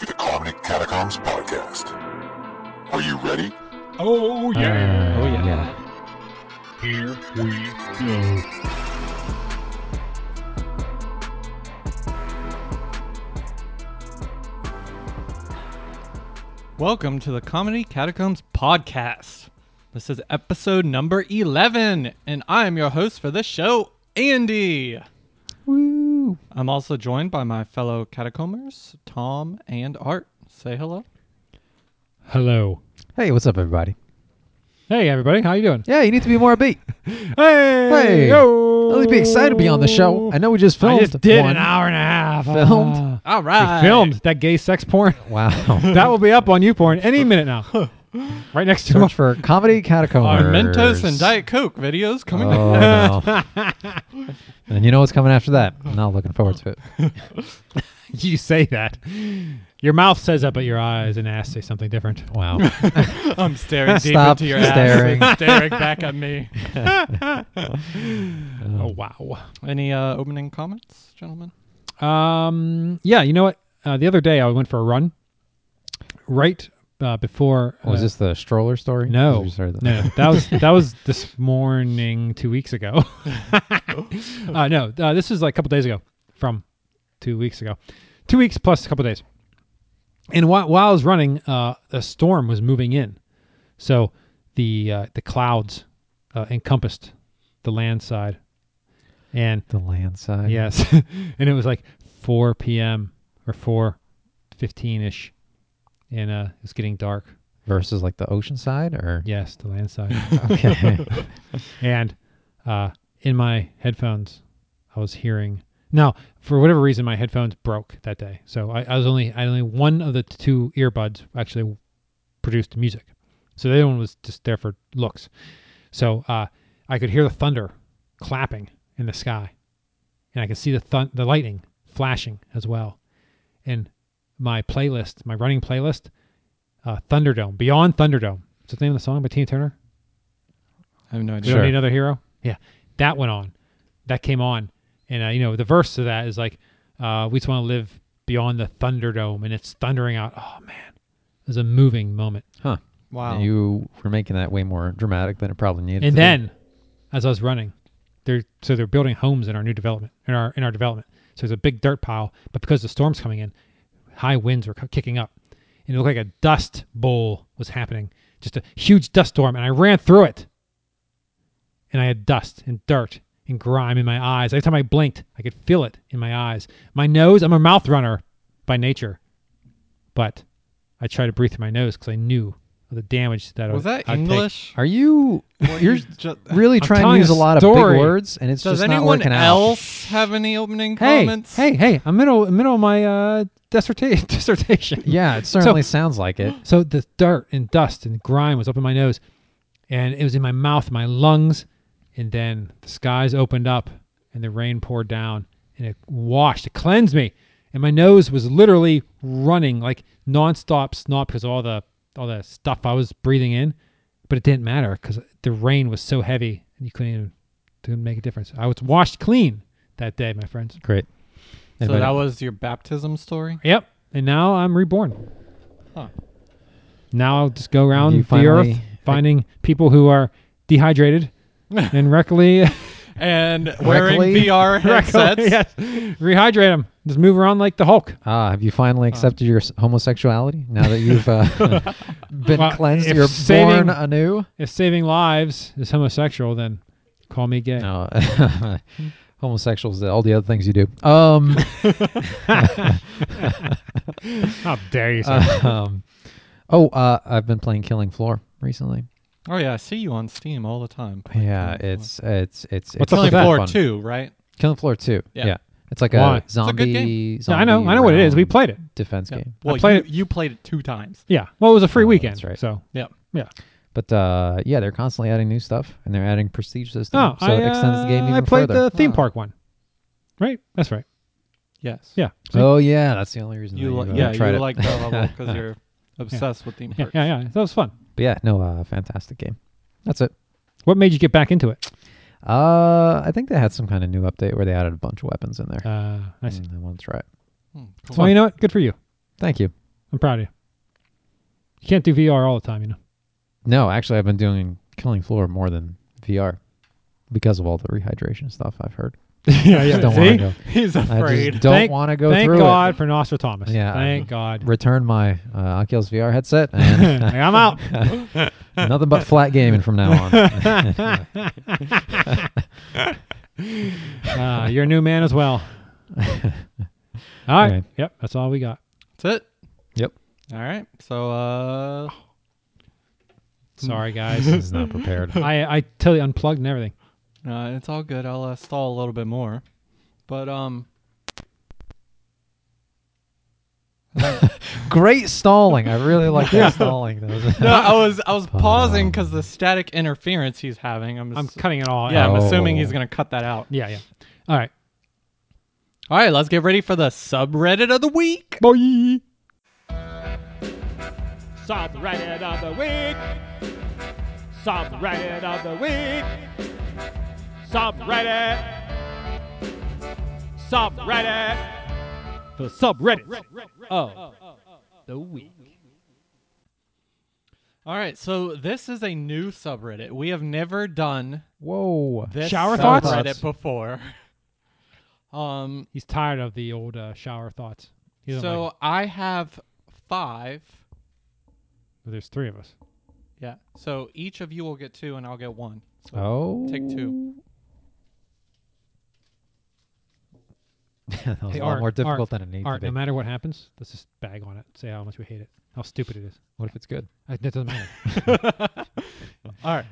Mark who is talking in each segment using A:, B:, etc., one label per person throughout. A: the Catacombs Podcast. Are you ready?
B: Oh yeah.
C: Oh yeah. yeah.
B: Here we go.
C: Welcome to the Comedy Catacombs podcast. This is episode number 11 and I am your host for this show, Andy. Woo. I'm also joined by my fellow catacombers, Tom and Art. Say hello.
B: Hello.
D: Hey, what's up, everybody?
B: Hey everybody, how you doing?
D: Yeah, you need to be more upbeat.
B: Hey.
D: Hey.
B: Yo.
D: I'll be excited to be on the show. I know we just
B: I
D: filmed.
B: just did Ah.
D: one.
B: an hour and a half.
D: Filmed?
B: Ah.
C: All right.
B: we filmed that gay sex porn.
D: Wow.
B: That will be up on YouPorn any minute now. right next to
D: Search
B: us.
D: for comedy catacombers.
C: Our Mentos and Diet Coke videos coming up.
D: Oh, no. and you know what's coming after that? I'm not looking forward to it.
B: You say that. Your mouth says that, but your eyes and ass say something different.
D: Wow.
C: I'm staring deep
D: Stop
C: into your ass
D: staring.
C: and staring back at me.
B: Oh wow.
C: Any uh, opening comments, gentlemen?
B: Um, yeah, you know what? Uh, the other day I went for a run. Right uh, before
D: Was
B: uh,
D: Oh, this the stroller story?
B: No,
D: We started that.
B: no, that was that was this morning, two weeks ago. uh, no, uh, this is like a couple days ago, from two weeks ago, two weeks plus a couple days. And while, while I was running, uh, a storm was moving in, so the uh, the clouds uh, encompassed the land side, and
D: The land side.
B: Yes. and it was like 4 p.m. or 4 15 ish. And uh, it was getting dark.
D: Versus like the ocean side, or
B: Yes, the land side.
D: okay.
B: and uh, in my headphones, I was hearing. Now, for whatever reason, my headphones broke that day. So I, I was only, I only one of the two earbuds actually produced music. So the other one was just there for looks. So uh, I could hear the thunder clapping in the sky, and I could see the thun- the lightning flashing as well. And my playlist, my running playlist, uh, Thunderdome, Beyond Thunderdome. What's the name of the song by Tina Turner?
C: I have no
B: We
C: idea.
B: don't
D: Sure.
B: need another hero. Yeah, that went on. That came on, and uh, you know the verse to that is like, uh, "We just want to live beyond the Thunderdome," and it's thundering out. Oh man, it was a moving moment.
D: huh.
C: Wow.
D: You were making that way more dramatic than it probably needed. to
B: and
D: be.
B: then, as I was running, they're so they're building homes in our new development in our in our development. So there's a big dirt pile, but because the storm's coming in, high winds were cu- kicking up, and it looked like a dust bowl was happening, just a huge dust storm, and I ran through it. And I had dust and dirt and grime in my eyes. Every time I blinked, I could feel it in my eyes. My nose, I'm a mouth runner by nature, but I tried to breathe through my nose because I knew of the damage that I
C: was that
B: I'd take.
C: English?
D: are you
C: Well,
D: you're
C: you ju-
D: really trying to
B: telling
D: use
B: a
D: a lot of
B: story.
D: big words, and it's
C: Does
D: just not
C: anyone
D: working out.
C: else have any opening
B: hey,
C: comments?
B: Hey, hey, I'm middle middle of my uh, dissertation. dissertation.
D: Yeah, it certainly sounds like it.
B: So the dirt and dust and grime was up in my nose, and it was in my mouth, my lungs, and then the skies opened up and the rain poured down and it washed, it cleansed me, and my nose was literally running like nonstop snot because of all the all the stuff I was breathing in, but it didn't matter because the rain was so heavy and you couldn't even didn't make a difference. I was washed clean that day, my friends.
D: Great.
C: So
D: Anybody-
C: that was your baptism story?
B: Yep. And now I'm reborn.
C: Huh.
B: Now I'll just go
D: You
B: around the
D: finally-
B: earth finding people who are dehydrated and recklessly
C: And wearing
D: Reckley?
C: VR headsets.
B: yes, rehydrate them. Just move around like the Hulk.
D: Ah, have you finally accepted your s- homosexuality now that you've uh, been
B: Uh. Well,
D: cleansed?
B: if
D: You're
B: saving-
D: born anew.
B: If saving lives is homosexual, then call me gay.
D: No, homosexuals, all the other things you do. Um,
B: How dare you? Say that.
D: um, oh, uh, I've been playing Killing Floor recently.
C: Oh yeah, I see you on Steam all the time. playing
D: Yeah,
C: Killing
D: it's it's it's
B: What's
D: it's
B: up
C: Floor. Killing
D: really
B: with that?
C: Floor
D: fun.
C: Two, right?
D: Killing Floor Two.
C: Yeah.
D: Yeah, it's like
B: Why?
D: a
B: It's
C: a good
D: zombie.
C: game.
B: Yeah, I know. I know what it is. We
D: round
B: played it.
D: defense game.
C: Well,
B: played
C: you,
B: it-
C: you played it two times.
B: Yeah. Well, it was a free
D: Oh,
B: weekend.
D: that's right.
B: So
C: Yeah.
B: yeah.
D: But uh, yeah, they're constantly adding new stuff, and they're adding prestige system,
B: Oh,
D: so
B: I,
D: it extends the game
B: uh,
D: even
B: I played
D: further.
B: the theme
C: Ah.
B: park one. Right. That's right.
C: Yes.
B: Yeah. See?
D: oh yeah, that's the only reason
C: You
D: that
C: li-
D: you've, uh,
C: yeah,
D: tried
C: you
D: it.
C: like that level because you're obsessed with theme
B: Yeah.
C: parks.
B: Yeah. Yeah. That was fun.
D: But yeah, no, uh, fantastic game. That's it.
B: What made you get back into it?
D: Uh, I think they had some kind of new update where they added a bunch of weapons in there.
B: Uh, I see.
D: and I want to try it.
C: Hmm, cool.
B: Well, you know what? Good for you.
D: Thank you.
B: I'm proud of you. You can't do VR all the time, you know.
D: No, actually, I've been doing Killing Floor more than VR because of all the rehydration stuff I've heard.
B: yeah,
D: yeah. don't wanna
B: See,
D: go.
B: he's
D: I
B: afraid.
D: just don't
B: Thank-
D: want to go
B: Thank
D: through
B: God for Nostradamus.
D: Yeah,
B: Thank
D: I'm- it.
B: God.
D: Return my uh, Oculus VR headset and
B: Like, I'm out.
D: nothing but flat gaming from now on.
B: Uh, you're a new man as well. All right.
D: Okay.
B: Yep. That's all we got.
C: That's it.
D: Yep.
C: All right. So uh
B: Sorry,
D: this
B: guys.
D: is not prepared.
B: I I totally unplugged and everything.
C: Uh, it's all good. I'll uh, stall a little bit more, but um,
D: Great stalling. I really like that stalling. That was-
C: no, I was I was pausing because the static interference he's having. I'm,
B: I'm
C: ass-
B: cutting it all.
C: yeah,
B: out.
C: I'm assuming he's
D: Oh.
C: gonna cut that out.
B: Yeah. Yeah. All right.
C: All right, let's get ready for the subreddit of the week.
B: Bye.
E: Subreddit of the week. Subreddit of the week. Subreddit. Subreddit.
B: The subreddit of the week.
C: All right, so this is a new subreddit. We have never done
D: Whoa.
C: this
B: Shower
C: subreddit
B: thoughts?
C: before. Um,
B: He's tired of the old uh, shower thoughts. He doesn't
C: so
B: like
C: I have five.
B: it. there's three of us.
C: Yeah. So each of you will get two, and I'll get one. So
D: Oh.
C: take two.
D: that was
B: Hey,
D: a lot
B: Art,
D: more difficult
B: Art,
D: than it needs
B: Art,
D: to
B: no
D: be.
B: matter what happens, let's just bag on it. Say how much we hate it. How stupid it is.
D: What if it's good?
B: Uh, That doesn't matter.
C: All right.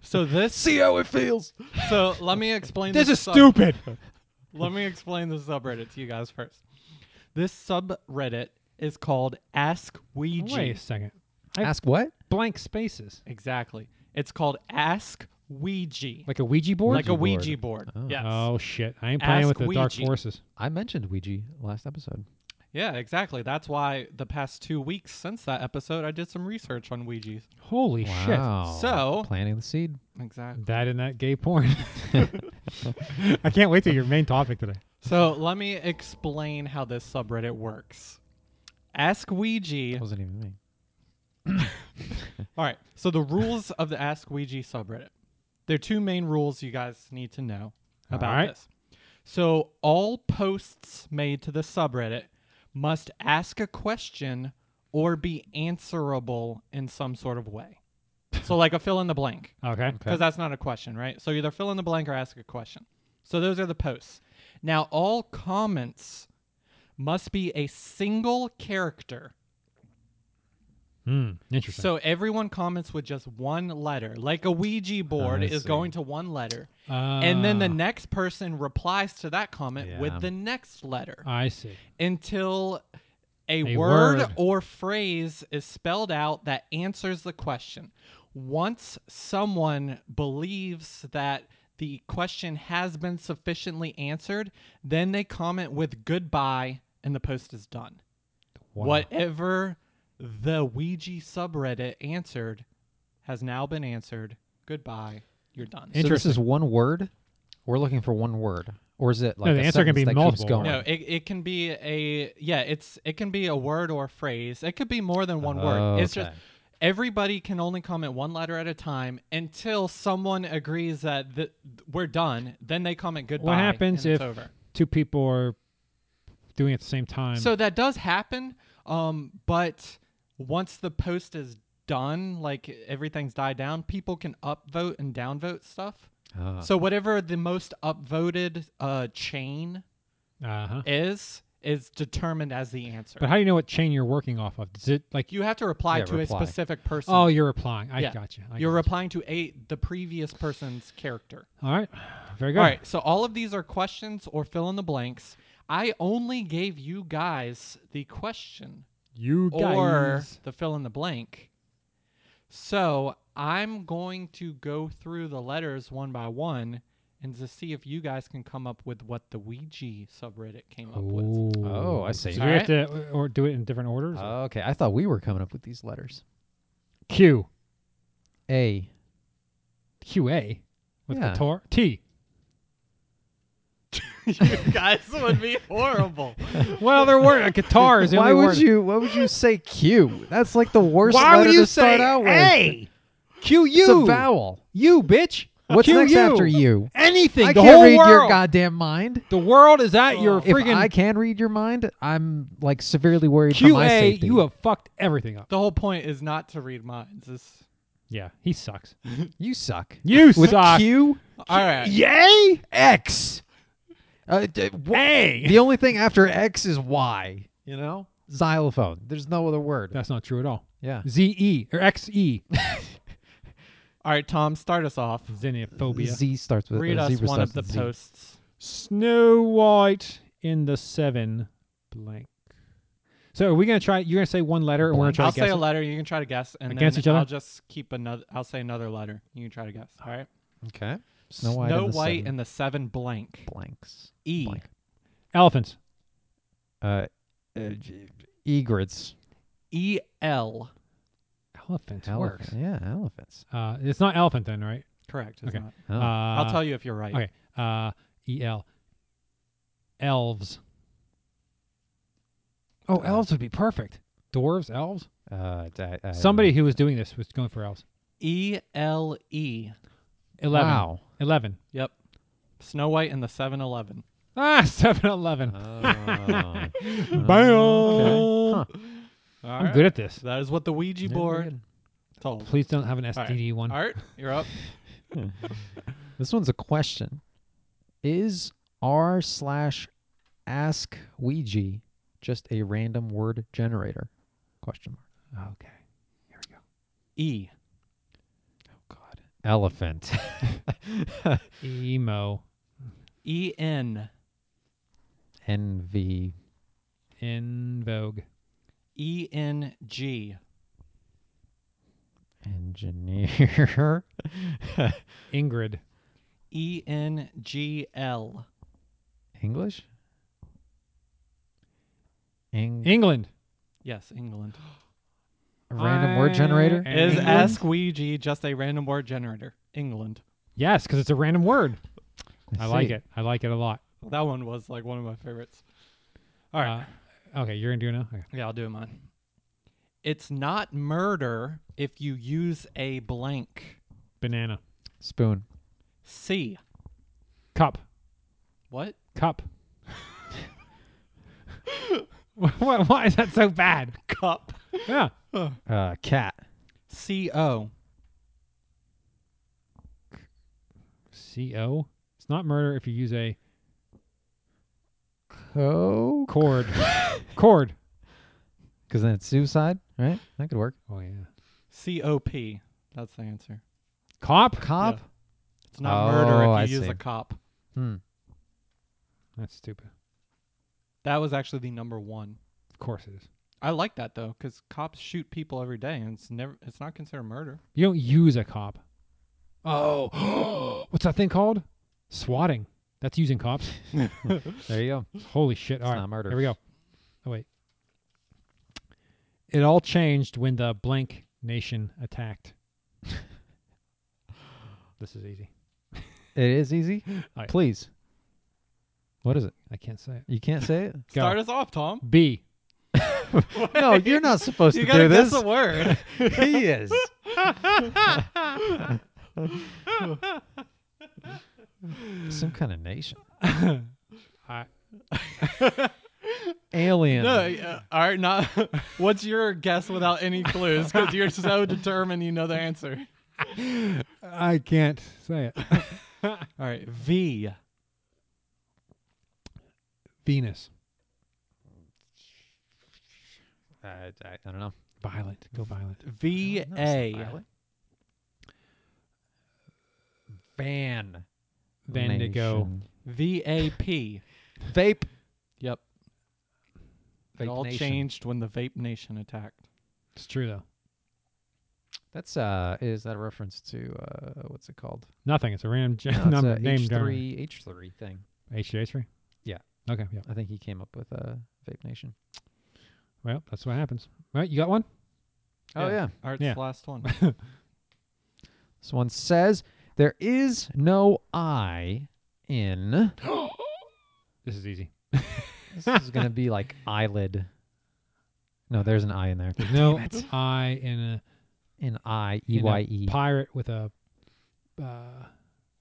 C: So this
D: See how it feels.
C: So let me explain.
B: this is
C: sub-
B: stupid.
C: Let me explain the subreddit to you guys first. This subreddit is called Ask Ouija.
B: Wait a second.
D: Ask what?
B: Blank spaces.
C: Exactly. It's called Ask Ouija,
B: Like a Ouija board?
C: like a Ouija board.
D: Oh.
C: Yes.
B: Oh shit. I ain't playing
C: Ask
B: with the dark
C: Ouija.
B: forces.
D: I mentioned Ouija last episode.
C: Yeah, exactly. That's why the past two weeks since that episode, I did some research on Ouijas.
B: Holy
D: Wow.
C: So-
D: planting the seed.
C: Exactly.
B: shit. That and that gay porn. I can't wait to your main topic today.
C: So let me explain how this subreddit works. Ask Ouija.
D: Wasn't even me.
C: All right. So the rules of the Ask Ouija subreddit. There are two main rules you guys need to know about
B: right.
C: this. So all posts made to the subreddit must ask a question or be answerable in some sort of way. so like a fill in the blank
B: Okay.
C: because that's not a question, right? So either fill in the blank or ask a question. So those are the posts. Now, all comments must be a single character.
B: Hmm. Interesting.
C: So everyone comments with just one letter, like a Ouija board
D: I
C: is
D: see.
C: going to one letter. and then the
B: Ah,
C: next person replies to that comment
D: Yeah.
C: with the next letter
B: Ah, I see.
C: until a,
B: A
C: word,
B: word.
C: or phrase is spelled out that answers the question. Once someone believes that the question has been sufficiently answered, then they comment with goodbye and the post is done.
B: Wow.
C: Whatever the Ouija subreddit answered has now been answered. Goodbye. You're done.
B: It-
D: So this is
B: Interesting.
D: one word. We're looking for one word, or is it like
B: the
D: a
B: answer can be
D: sentence that keeps
B: multiple
D: going?
C: no, it, it can be a yeah, it's it can be a word or a phrase. It could be more than one
B: Oh,
C: word. It's just
D: Okay.
C: everybody can only comment one letter at a time until someone agrees that th- we're done. Then they comment goodbye.
B: What happens
C: and
B: if
C: it's over?
B: two people are doing it at the same time?
C: So that does happen, um, but once the post is done, like everything's died down, people can upvote and downvote stuff.
D: Ah.
C: So whatever the most upvoted uh, chain
B: uh huh.
C: is is determined as the answer.
B: But how do you know what chain you're working off of? Does it like
C: you have to reply
D: Yeah,
C: to
D: reply.
C: a specific person.
B: Oh, you're replying. I
C: Yeah.
B: gotcha. I
C: you're
B: gotcha.
C: replying to a the previous person's character.
B: All right. Very good.
C: All right, so all of these are questions or fill in the blanks. I only gave you guys the question
B: You
C: or
B: guys.
C: the fill in the blank. So I'm going to go through the letters one by one and to see if you guys can come up with what the Ouija subreddit came up with.
D: Oh, I see. Uh,
B: So do
C: All
B: we have to or do it in different orders?
D: okay. I thought we were coming up with these letters.
B: Q
D: A.
B: Q A with
D: Yeah.
B: the tor T
C: you guys would be horrible.
B: Well, there were a guitar. Is the
D: Why
B: only
D: would
B: word.
D: you? Why would you say Q? That's like the worst
B: Why
D: letter
B: would you
D: to start
B: say
D: out with.
B: A? Q you.
D: It's a vowel.
B: You bitch.
D: What's
B: Q
D: next
B: you.
D: after you?
B: Anything.
D: I
B: the
D: can't
B: whole
D: read
B: world.
D: your goddamn mind.
B: the world is at your
D: If
B: friggin'
D: I can read your mind, I'm like severely worried for my
B: QA.
D: safety.
B: You have fucked everything up.
C: The whole point is not to read minds. It's,
B: Yeah, he sucks.
D: You suck.
B: You
D: With
B: suck.
D: Q
C: all right.
B: Yay.
D: X. Uh, d- wh-
B: A.
D: the only thing after X is Y. You know, xylophone. There's no other word.
B: That's not true at all.
D: yeah.
B: Z E or X E.
C: All right, Tom, start us off.
B: Xenophobia.
D: Z starts with
C: Read
D: uh,
C: us
D: zebra
C: one of the
D: starts with Z.
C: posts.
B: Snow White in the seven blank. So are we gonna try? You're gonna say one letter, and we're gonna try
C: I'll
B: to guess.
C: say a
B: it?
C: letter. You can try to guess, and
B: Against
C: then
B: each other?
C: I'll just keep another. I'll say another letter. You can try to guess. All right.
D: Okay. Snow White.
C: Snow
D: and the
C: White
D: Seven
C: and the Seven Blank.
D: blanks.
C: E.
D: Blank.
B: Elephants.
D: Uh, uh, g- egrets.
C: E L.
B: Elephants
D: Elephant-
B: works.
D: Yeah, elephants.
B: Uh, it's not elephant then, right?
C: Correct. It's
B: Okay.
C: not.
D: Oh.
B: Uh,
C: I'll tell you if you're right.
B: Okay. Uh, E L. Elves. Oh,
D: Uh,
B: elves would be perfect. Dwarves, elves.
D: Uh, di- I-
B: Somebody who was doing this was going for elves.
C: E L E.
B: Eleven.
D: Wow.
B: Eleven.
C: Yep. Snow White and the Seven Eleven.
B: Ah, seven eleven.
D: Oh.
B: Bam.
D: Okay.
B: I'm good at this.
C: That is what the Ouija board told.
B: Please don't have an
C: right.
B: STD one.
C: Art, you're up.
D: This one's a question. Is r slash ask Ouija just a random word generator? Question mark.
B: Okay. Here we go.
C: E.
D: Oh God. Elephant.
B: Emo.
C: E N.
D: Envy.
B: In Vogue.
C: E N G.
D: Engineer.
B: Ingrid.
C: E N G L.
D: English. Eng-
B: England.
C: Yes, England.
D: random word
B: I
D: generator.
B: am-
C: Is
B: England?
C: Ask Ouija just a random word generator? England.
B: Yes, because it's a random word. I, like
D: see.
B: it. I like it a lot.
C: That one was like one of my favorites. All right.
B: Uh, okay, you're gonna do it now. Okay.
C: yeah, I'll do mine. It's not murder if you use a blank.
B: Banana.
D: Spoon.
C: C.
B: Cup.
C: What?
B: Cup. why, why is that so bad?
C: Cup.
B: Yeah.
D: Uh, cat.
C: C O.
B: C O. It's not murder if you use a
D: Co.
B: Oh, cord. cord.
D: Because then it's suicide, right? That could work.
B: Oh yeah.
C: C O P. That's the answer.
B: Cop.
D: Cop.
C: It's not murder if you
D: Oh, I
C: use
D: see.
C: a cop.
D: Hmm.
B: That's stupid.
C: That was actually the number one.
B: Of course it is.
C: I like that though, because cops shoot people every day, and it's never it's not considered murder.
B: You don't use a cop. Oh. What's that thing called? Swatting. That's using cops.
D: There you go.
B: Holy shit. All right.
D: not murder.
B: Here we go. Oh, wait. It all changed when the blank nation attacked. this is easy.
D: It is easy.
B: right.
D: Please. What is it?
B: I can't say it.
D: You can't say it.
B: Go.
C: Start us off, Tom.
B: B.
D: no, you're not supposed
C: You
D: to
C: gotta
D: do
C: guess
D: this.
C: a word.
D: he is. Some kind of nation.
B: I-
D: Alien.
C: no, uh, all right, not. What's your guess without any clues? Because you're so determined, you know the answer.
B: I can't say it.
C: All right, V.
B: Venus.
D: I, I, I don't know.
B: Violent. Go violent.
C: V
D: No, it's not
C: A.
D: violent. Van.
B: Vandigo.
D: Nation.
C: V A P.
D: Vape.
C: Yep. it
D: Vape
C: all
D: Nation.
C: changed when the Vape Nation attacked.
B: It's true though.
D: That's uh, is that a reference to uh, what's it called?
B: Nothing. It's a random gen-
D: No,
B: number,
D: it's
B: name
D: H
B: generator.
D: three H three thing.
B: HJ3?
D: Yeah.
B: Okay. Yeah.
D: I think he came up with uh, Vape Nation.
B: Well, that's what happens. Right? You got one?
D: Oh yeah.
C: All right, it's
B: Yeah.
C: the last one.
D: This one says there is no I in
B: This is easy.
D: This is gonna be like eyelid. No, there's an I in there.
B: There's no I in a
D: An I E
B: in a
D: Y E.
B: pirate with a uh,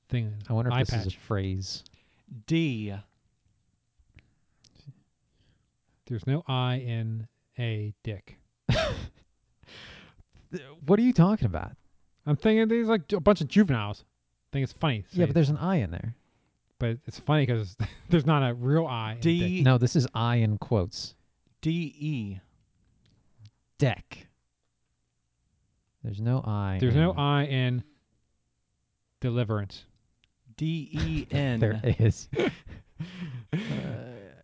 B: thing.
D: I wonder if
B: eye
D: this
B: patch.
D: is a phrase.
C: D.
B: There's no I in a dick.
D: What are you talking about?
B: I'm thinking these like a bunch of juveniles. I think it's funny. to
D: yeah,
B: say-
D: but there's an I in there.
B: but it's funny because there's not a real I. in dick.
C: D.
D: No, this is I in quotes.
C: D. E.
D: Deck. There's no I.
B: There's no
D: in-
B: I in deliverance.
C: D. E. N.
D: There is.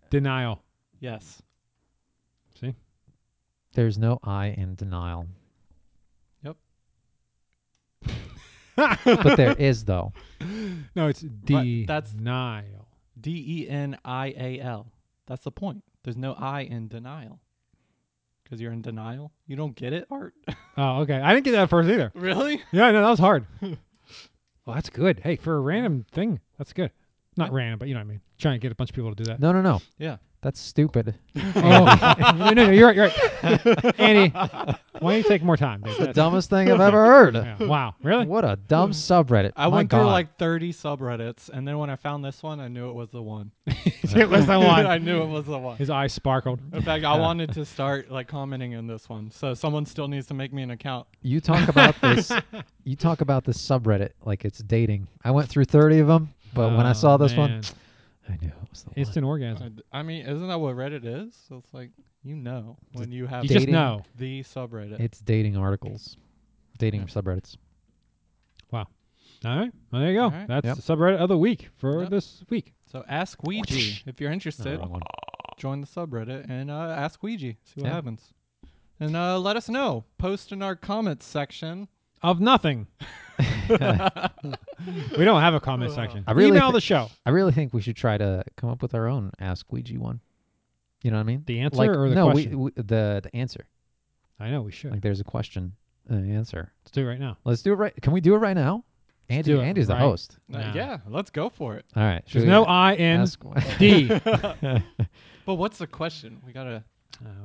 B: Denial.
C: Yes.
B: See?
D: There's no I in denial.
C: Yep.
D: But there is though.
B: No, it's D.
C: that's-
B: denial.
C: D. E. N. I. A. L. That's the point. There's no I in denial. Because you're in denial. You don't get it, Art?
B: Oh, okay. I didn't get that at first either.
C: really?
B: Yeah, no, that was hard. well, that's good. Hey, for a random thing, that's good. Not random, but you know what I mean. Trying to get a bunch of people to do that.
D: No, no, no.
C: Yeah.
D: That's stupid.
B: Oh, no, no, no, you're right, you're right. Andy, why don't you take more time? dude?
D: It's the
B: That's-
D: dumbest thing I've ever heard.
B: yeah. Wow, really?
D: What a dumb subreddit.
C: I
D: My
C: went
D: God.
C: through like 30 subreddits, and then when I found this one, I knew it was the one.
B: it was the
C: I
B: one.
C: knew it was the one.
B: His eyes sparkled.
C: In fact, I wanted to start like commenting on this one, so someone still needs to make me an account.
D: you talk about this you talk about this subreddit like it's dating. I went through 30 of them, but when I
B: Oh,
D: saw this one,
B: man.
D: I knew it was the one.
B: instant orgasm.
C: I, I mean, isn't that what Reddit is? So it's like you know when you have
B: You just
D: dating.
B: know.
C: the subreddit.
D: It's dating articles. Dating subreddits.
B: All right. Well, there you go.
C: All right.
B: That's
D: Yep.
B: the subreddit of the week for
C: Yep.
B: this week.
C: so ask Ouija if you're
D: No,
C: interested.
D: wrong one.
C: Join the subreddit and uh, ask Ouija. See what
D: Yeah.
C: happens, and uh, let us know. Post in our comments section.
B: Of nothing. we don't have a comment section.
D: I really
B: Email
D: thi-
B: the show.
D: I really think we should try to come up with our own Ask Ouija one. You know what I mean?
B: The answer
D: like,
B: or the
D: no, we-
B: question?
D: We, the the answer.
B: I know we should.
D: Like there's a question, an answer.
B: Let's do it right now.
D: Let's do it right. Can we do it right now? Andy,
B: do it
D: Andy's
B: right
D: the host.
C: Uh,
B: Nah.
C: yeah, let's go for it.
D: All right.
B: There's
D: should we
B: no I in
D: ask one?
B: D. Uh,
C: But what's the question? We gotta.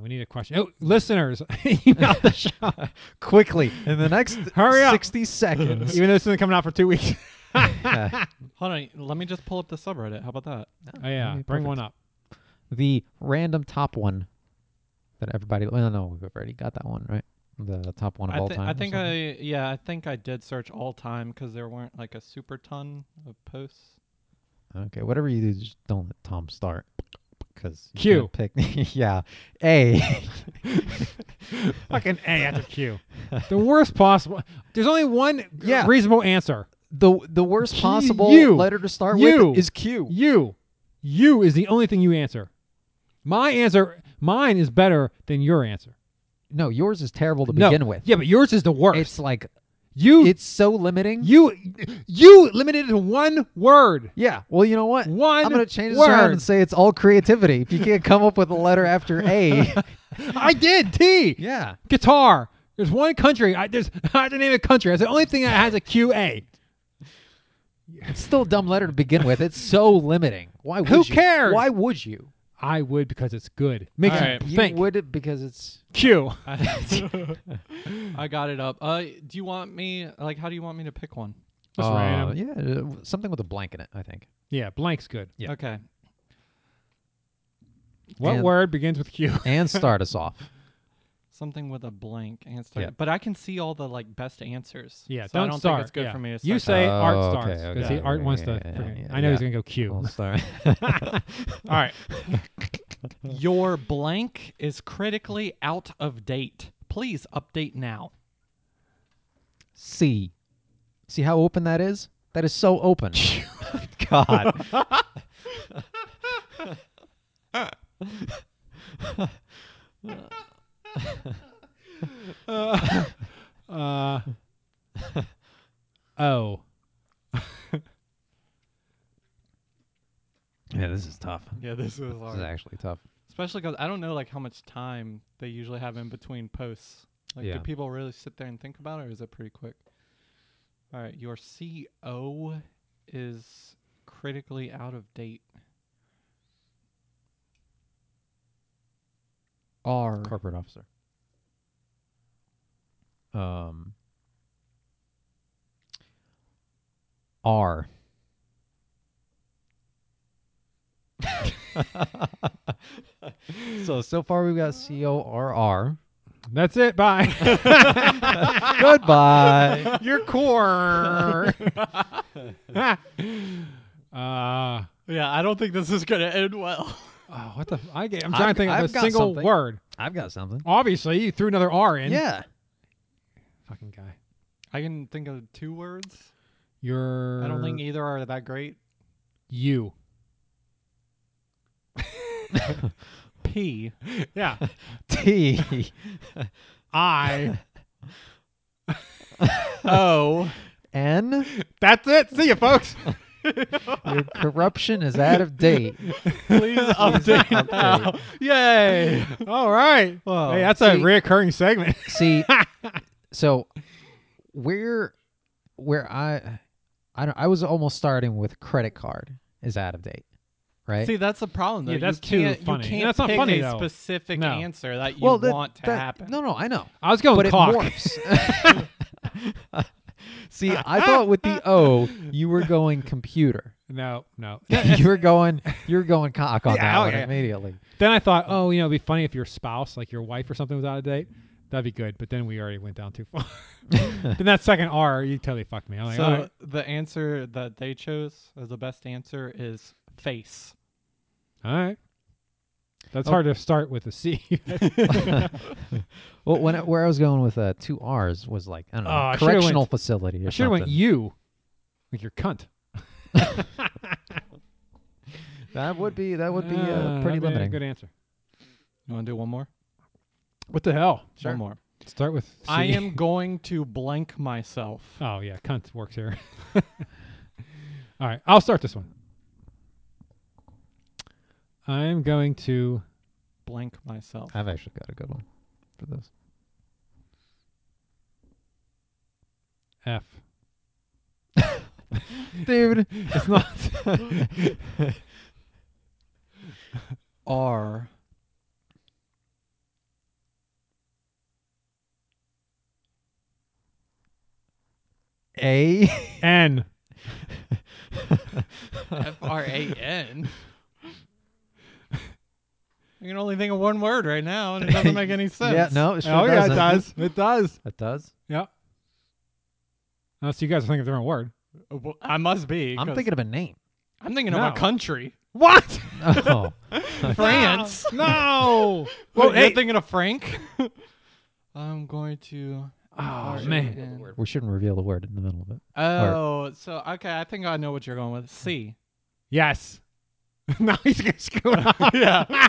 B: we need a question. Oh, listeners, email the show.
D: quickly in the next
B: Hurry up.
D: 60 seconds.
B: Even though this isn't coming out for two weeks.
C: Hold on. Let me just pull up the subreddit. How about that?
B: Oh, yeah.
D: Okay,
B: Bring
D: perfect.
B: one up.
D: the random top one that everybody. Well, no, we've already got that one, right? The top one of
C: I,
D: all
C: thi-
D: time.
C: I
D: or
C: think
D: something.
C: I yeah, I think I did search all time because there weren't like a super ton of posts.
D: Okay, whatever you do, just don't let Tom start. Because
B: Q.
D: pick. yeah, A.
B: Fucking A after Q. the worst possible. There's only one
D: Yeah.
B: reasonable answer.
D: the the worst
B: Q-
D: possible
B: you.
D: letter to start
B: You.
D: with is Q.
B: You. You is the only thing you answer. My answer, mine is better than your answer.
D: No, yours is terrible to
B: No.
D: begin with.
B: Yeah, but yours is the worst.
D: It's like
B: you
D: it's so limiting.
B: you you limited it to one word.
D: yeah. Well, you know what?
B: One
D: I'm gonna change this
B: word.
D: around and say it's all creativity. If you can't come up with a letter after A,
B: I did T.
D: yeah.
B: Guitar. There's one country. I there's I had to name a country. That's the only thing that has a QA.
D: It's still a dumb letter to begin with. It's so limiting. Why would
B: Who
D: you?
B: cares?
D: Why would you?
B: I would because it's good. Makes
C: All
B: you
C: right.
D: You
B: think.
D: would it because it's
B: Q.
C: I I got it up. Uh, do you want me like how do you want me to pick one?
B: That's
D: uh,
B: random.
D: Yeah, uh, w- something with a blank in it. I think.
B: Yeah, blank's good.
D: Yeah.
C: Okay.
B: What
D: And-
B: word begins with Q?
D: And start us off.
C: Something with a blank answer.
D: Yeah.
C: But I can see all the like best answers.
B: Yeah,
C: so I
B: don't
C: don't
B: start.
C: think it's good
B: yeah.
C: for me to start
B: You say
D: Oh,
B: art
D: okay,
B: starts because
D: okay,
B: art
D: yeah,
B: wants
D: yeah,
B: to.
D: yeah,
B: freaking-
D: yeah,
B: I know he's
D: yeah.
B: gonna go Q.
D: We'll start.
C: All right. Your blank is critically out of date. Please update now.
D: C. See how open that is? That is so open. God.
B: Uh, oh,
D: Yeah, this is tough.
C: Yeah, this is
D: This is actually tough.
C: Especially because I don't know like how much time they usually have in between posts. Like,
D: Yeah.
C: do people really sit there and think about it, or is it pretty quick? All right, your CO is critically out of date.
D: are
B: corporate officer.
D: um are so so far we've got C O R R.
B: That's it. Bye.
D: Goodbye.
B: Your core. uh,
C: Yeah, I don't think this is going to end well.
B: oh, what the? I get, I'm
D: I've-
B: trying to think
D: I've
B: of a
D: got
B: single
D: something.
B: word.
D: I've got something.
B: Obviously, you threw another R in.
D: Yeah.
B: Fucking guy.
C: I can think of two words.
B: You're.
C: I don't think either are that great.
B: you.
C: P.
B: Yeah.
D: T
B: I.
C: O.
D: N.
B: That's it. See you, folks.
D: Your corruption is out of date.
C: Please update
D: Update. Oh,
C: now. Yay.
B: All right.
C: Whoa.
B: hey, that's a
D: see-
B: reoccurring segment.
D: See, so where where I I don't I was almost starting with credit card is out of date, right?
C: See, that's the problem. Though.
B: Yeah, that's
C: you
B: too
C: can't,
B: funny.
C: You can't
B: That's not
C: pick
B: funny,
C: a
B: though.
C: specific
B: No.
C: answer that you
D: that-
C: want to
D: that-
C: happen.
D: No, no, I know,
B: I was going
D: but it
B: cock.
D: morphs. See, I thought with the O you were going computer.
B: No, no.
D: you were going you were going cock on
B: Yeah,
D: that
B: oh,
D: one
B: yeah.
D: immediately.
B: Then I thought, oh, you know, it'd be funny if your spouse, like your wife or something, was out of date. That'd be good. But then we already went down too far. then that second R, you totally fucked me. I'm like,
C: so
B: all right.
C: the answer that they chose as the best answer is face.
B: All right. That's
D: Oh.
B: hard to start with a C.
D: Well, when I, where I was going with uh, two R's was like I don't know
B: Oh, I should've
D: correctional
B: went-
D: facility or
B: I should have went
D: something.
B: you, like your cunt.
D: that would be that would be uh,
B: Ah,
D: pretty
B: that'd be a
D: limiting.
B: Good answer.
C: You want to do one more?
B: What the hell?
C: One more.
B: Start with. C.
C: I am going to blank myself.
B: Oh yeah, cunt works here. All right, I'll start this one. I am going to.
C: Blank myself.
D: I've actually got a good one for this.
B: F.
D: Dude.
B: It's not.
C: R.
D: A
B: N.
C: F R A N. I can only think of one word right now, and it doesn't make any sense.
D: Yeah, no, it sure
B: oh yeah,
D: doesn't.
B: it does. It does.
D: It does.
B: Yep. Unless you guys are thinking of a different word.
C: Uh, well, I must be.
D: I'm
C: 'cause
D: thinking of a name.
C: I'm thinking
B: No.
C: of a country.
B: What?
D: Oh.
C: France. Well,
B: No. well,
C: Wait, you're
B: hey.
C: thinking of Frank? I'm going to.
B: Oh man.
D: we shouldn't reveal the word in the middle of it.
C: Oh, so okay. I think I know what you're going with. C.
B: Yes. now he's gonna screw it up.
C: yeah.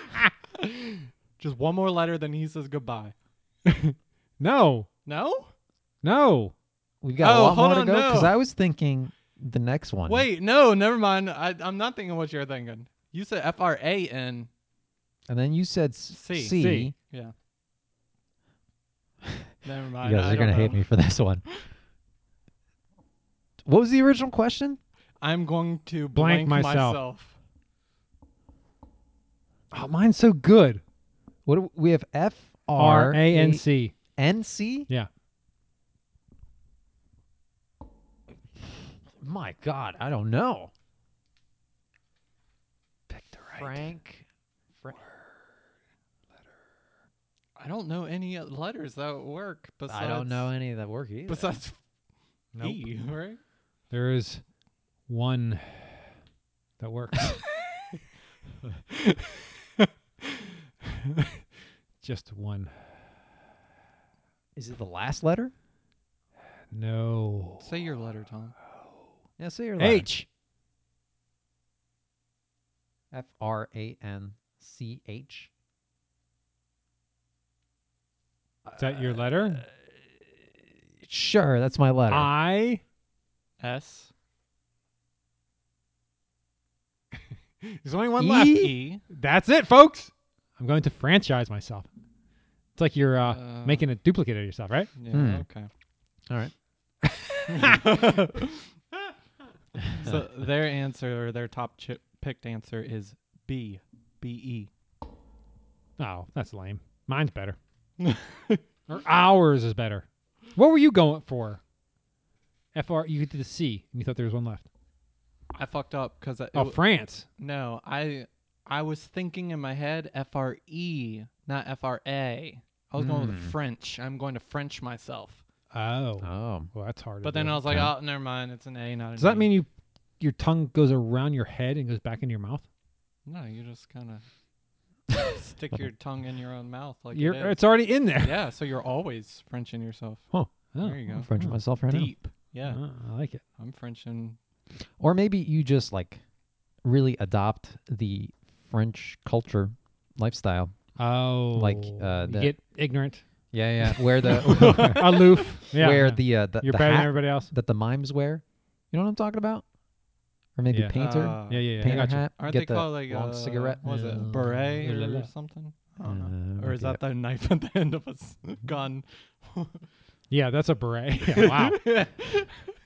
C: Just one more letter, then he says goodbye.
B: No.
C: No.
B: No.
D: We've got
C: Oh,
D: a lot
C: hold
D: more to
C: on,
D: go because
C: no.
D: I was thinking the next one.
C: Wait. No. Never mind. I, I'm not thinking what you're thinking. You said F R A N.
D: And then you said s-
C: C.
D: C.
B: C.
C: Yeah. Never
D: You
C: mind.
D: guys
C: I
D: are
C: don't
D: going to hate
C: know.
D: me for this one. What was the original question?
C: I'm going to blank,
B: Blank myself.
C: myself.
B: Oh, mine's so good.
D: What do we have F
B: R
D: R
B: A N C.
D: N C?
B: Yeah.
D: My God, I don't know. Pick the right Frank. Fra-
C: I don't know any letters that would work besides.
D: I don't know any that work either.
C: Besides
B: Nope.
C: E, right?
B: There is one that works. Just one.
D: Is it the last letter?
B: No.
C: Say your letter, Tom.
D: Yeah, say your
B: H.
D: F R A N C H.
B: Is that your letter?
D: Sure, that's my Uh, letter.
B: I.
C: S.
B: There's only one
D: E?
B: left.
C: E.
B: That's it, folks. I'm going to franchise myself. It's like you're uh,
C: Uh,
B: making a duplicate of yourself, right?
C: Yeah,
D: Hmm.
C: okay.
D: All right.
C: So their answer, or their top chip picked answer is B. B E.
B: Oh, that's lame. Mine's better. or ours is better. What were you going for? FR, you did the C, and you thought there was one left.
C: I fucked up because
B: Oh, France.
C: no, I I was thinking in my head F R E, not F R A. I was going
B: Hmm.
C: with French. I'm going to French myself.
B: Oh.
D: Oh,
B: Well, that's hard. to
C: But then
B: do.
C: I was like, oh, never mind. It's an A, not an
B: Does that
C: E."
B: mean you, your tongue goes around your head and goes back into your mouth?
C: No, you just kind of stick your tongue in your own mouth like
B: You're,
C: it is.
B: it's already in there.
C: yeah. So you're always Frenching yourself.
D: huh.
B: Oh,
C: There you
D: I'm
C: go.
D: Frenching myself right now.
C: Deep. Yeah,
B: oh, I like it.
C: I'm Frenching.
D: Or maybe you just like really adopt the French culture lifestyle.
B: Oh,
D: uh,
B: you
D: the-
B: get ignorant,
D: Yeah, yeah. Where the
B: aloof. Yeah,
D: where
B: yeah.
D: the uh, the,
B: you're
D: the
B: better than
D: hat
B: everybody else.
D: that the mimes wear. You know what I'm talking about? Or maybe
B: Yeah.
D: painter,
C: Uh,
B: Yeah, yeah, yeah. I
D: painter
B: got you.
D: hat.
C: Aren't
D: get
C: they
D: the
C: called like
D: long
C: a
D: cigarette?
C: Was
B: Yeah.
C: it beret
B: La, la, la.
C: or something? I don't know.
D: Uh,
C: Or is
D: maybe
C: that the knife at the end of a s- gun?
B: Yeah, that's a beret. Yeah, wow,
C: Is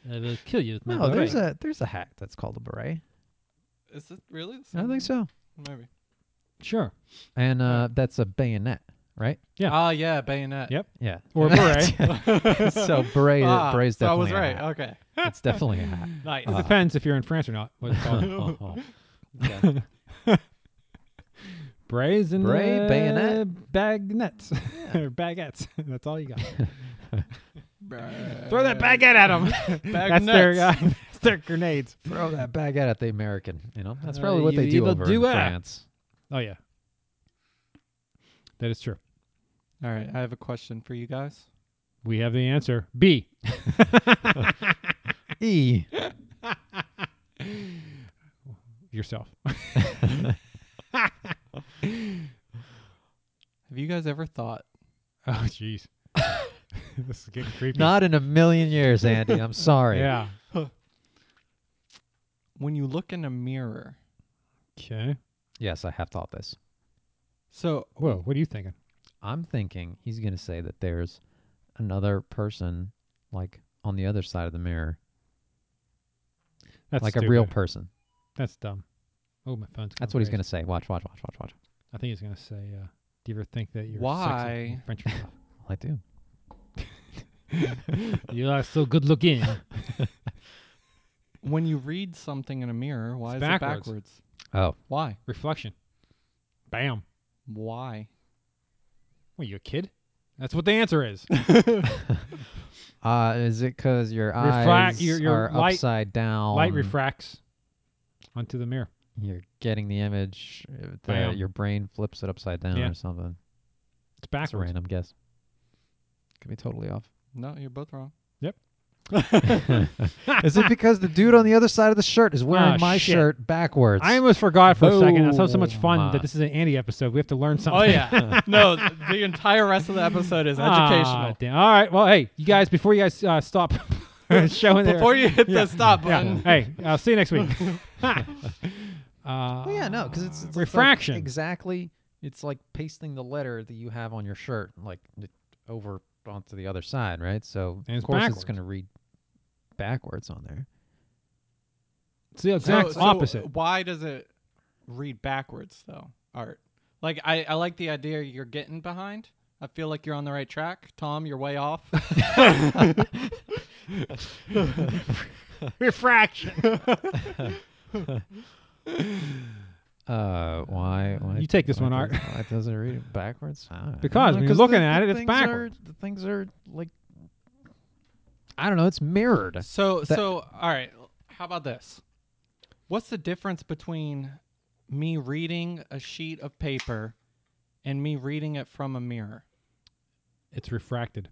B: I will kill you with
D: No, there's a there's a hat that's called a beret.
C: it really? the
D: I don't
C: same?
D: think so.
C: Maybe.
B: sure
D: And uh, that's a bayonet, right?
B: Yeah.
C: Ah, yeah, bayonet.
B: Yep.
D: Yeah.
B: or a beret.
D: so beret,
C: ah,
D: beret's
C: so I
D: definitely.
C: was
D: a
C: right.
D: hat.
C: Okay.
D: It's definitely a hat.
C: Nice.
B: It depends if you're in France or not. What it's called.
C: Okay.
B: Berets and
D: Beret,
B: uh,
D: bayonet.
B: bagnets or baguettes. That's all you got.
C: Beret.
B: Throw that baguette at them. that's their uh,
C: Bagnettes.
B: that's their grenades.
D: Throw that baguette at the American. You know, that's
B: Uh,
D: probably what
B: you
D: they do
B: evil
D: over in
B: doer.
D: France.
B: Oh yeah, that is true.
C: All right, I have a question for you guys.
B: We have the answer B.
D: E.
B: Yourself.
C: Have you guys ever thought
B: Oh jeez, this is getting creepy.
D: Not in a million years, Andy. I'm sorry.
B: yeah.
C: when you look in a mirror?
B: Okay.
D: Yes, I have thought this.
C: So
B: Whoa. What are you thinking?
D: I'm thinking he's going to say that there's another person, like on the other side of the mirror,
B: That's
D: like a real
B: stupid.
D: person.
B: That's dumb. Oh, my phone's.
D: That's what he's going to say. Watch, watch, watch, watch, watch.
B: I think he's gonna say. Uh, do you ever think that you're sexy?
C: Why?
B: and French yourself?
D: Well, I do.
B: you are so good looking.
C: when you read something in a mirror, why
B: It's
C: is
B: backwards.
C: it backwards?
D: Oh,
C: Why?
B: Reflection. Bam.
C: Why?
B: What, you a kid? That's what the answer is.
D: uh, is it because your
B: Refract-
D: eyes
B: your- your
D: are
B: light-
D: upside down?
B: Light refracts onto the mirror.
D: You're getting the image. uh, The,
B: Bam.
D: your brain flips it upside down
B: Yeah.
D: or something.
B: It's
D: That's a
B: backwards.
D: random guess. Could be totally off.
C: No, you're both wrong.
D: Is it because the dude on the other side of the shirt is wearing
B: Ah,
D: my
B: shit.
D: shirt backwards?
B: I almost forgot for a second. I was having so much fun
D: Boom.
B: that this is an Andy episode. We have to learn something.
C: Oh yeah. no, th- the entire rest of the episode is
B: Ah,
C: educational.
B: damn. All right. Well, hey, you guys, before you guys uh, stop showing their-
C: Before you hit
B: Yeah.
C: the stop
B: Yeah.
C: button,
B: Hey, I'll see you next week. uh,
D: Well, Oh, yeah, no, because it's, it's like
B: refraction.
D: exactly. It's like pasting the letter that you have on your shirt, like n- over onto the other side, right? So of
B: And it's
D: course
B: backwards.
D: it's going to read backwards on there.
B: It's the
C: So-
B: exact
C: so
B: opposite.
C: Why does it read backwards though? Art. Like I, I like the idea you're getting behind. I feel like you're on the right track. Tom, you're way off.
B: refraction.
D: Uh, why? why
B: You take this
D: why
B: one, Art.
D: does- Why does it read it backwards? I don't know.
B: Because when you're looking
D: the-
B: at
D: the
B: it, it's
D: things are-
B: backwards.
D: the things are like, I don't know. It's mirrored.
C: so
D: That-
C: so all right. How about this? What's the difference between me reading a sheet of paper and me reading it from a mirror?
B: It's refracted.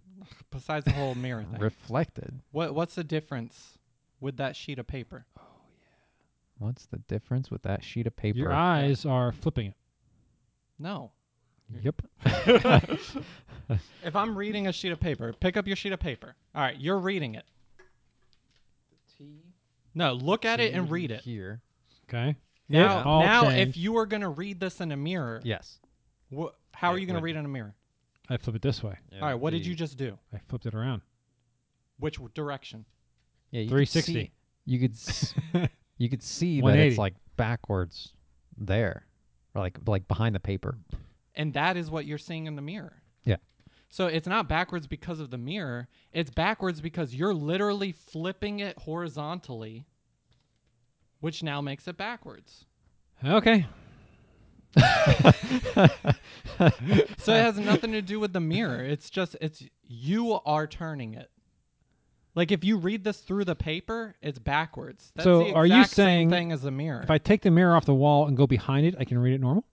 C: Besides the whole mirror thing.
D: Reflected.
C: What what's the difference with that sheet of paper?
D: What's the difference with that sheet of paper?
B: Your eyes are flipping it.
C: No.
B: Yep.
C: If I'm reading a sheet of paper, pick up your sheet of paper. All right, you're reading it. No, look at it and read it.
D: here.
B: Okay.
C: Now,
B: It all
C: now
B: changed.
C: if you were going to read this in a mirror,
D: Yes.
C: wha- how are you going
D: would-
C: to read it in a mirror?
B: I flip it this way.
C: All right, what did you just do?
B: I flipped it around.
C: Which w- direction?
D: Yeah, you could
B: 360.
D: see- You could s- you could see that
B: 180.
D: it's like backwards there, or like like behind the paper.
C: And that is what you're seeing in the mirror.
B: Yeah.
C: So it's not backwards because of the mirror. It's backwards because you're literally flipping it horizontally, which now makes it backwards.
B: Okay.
C: So it has nothing to do with the mirror. It's just it's you are turning it. Like if you read this through the paper, it's backwards. That's
B: So
C: the
B: are you
C: exact same
B: saying
C: thing as the mirror?
B: If I take the mirror off the wall and go behind it, I can read it normal.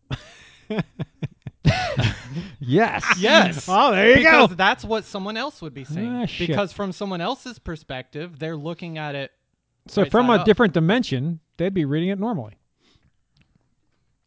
D: Yes.
C: yes.
B: Oh, there you
C: because
B: go.
C: that's what someone else would be seeing.
B: Ah, shit.
C: because from someone else's perspective, they're looking at it.
B: So
C: right
B: from a
C: side up.
B: different dimension, they'd be reading it normally.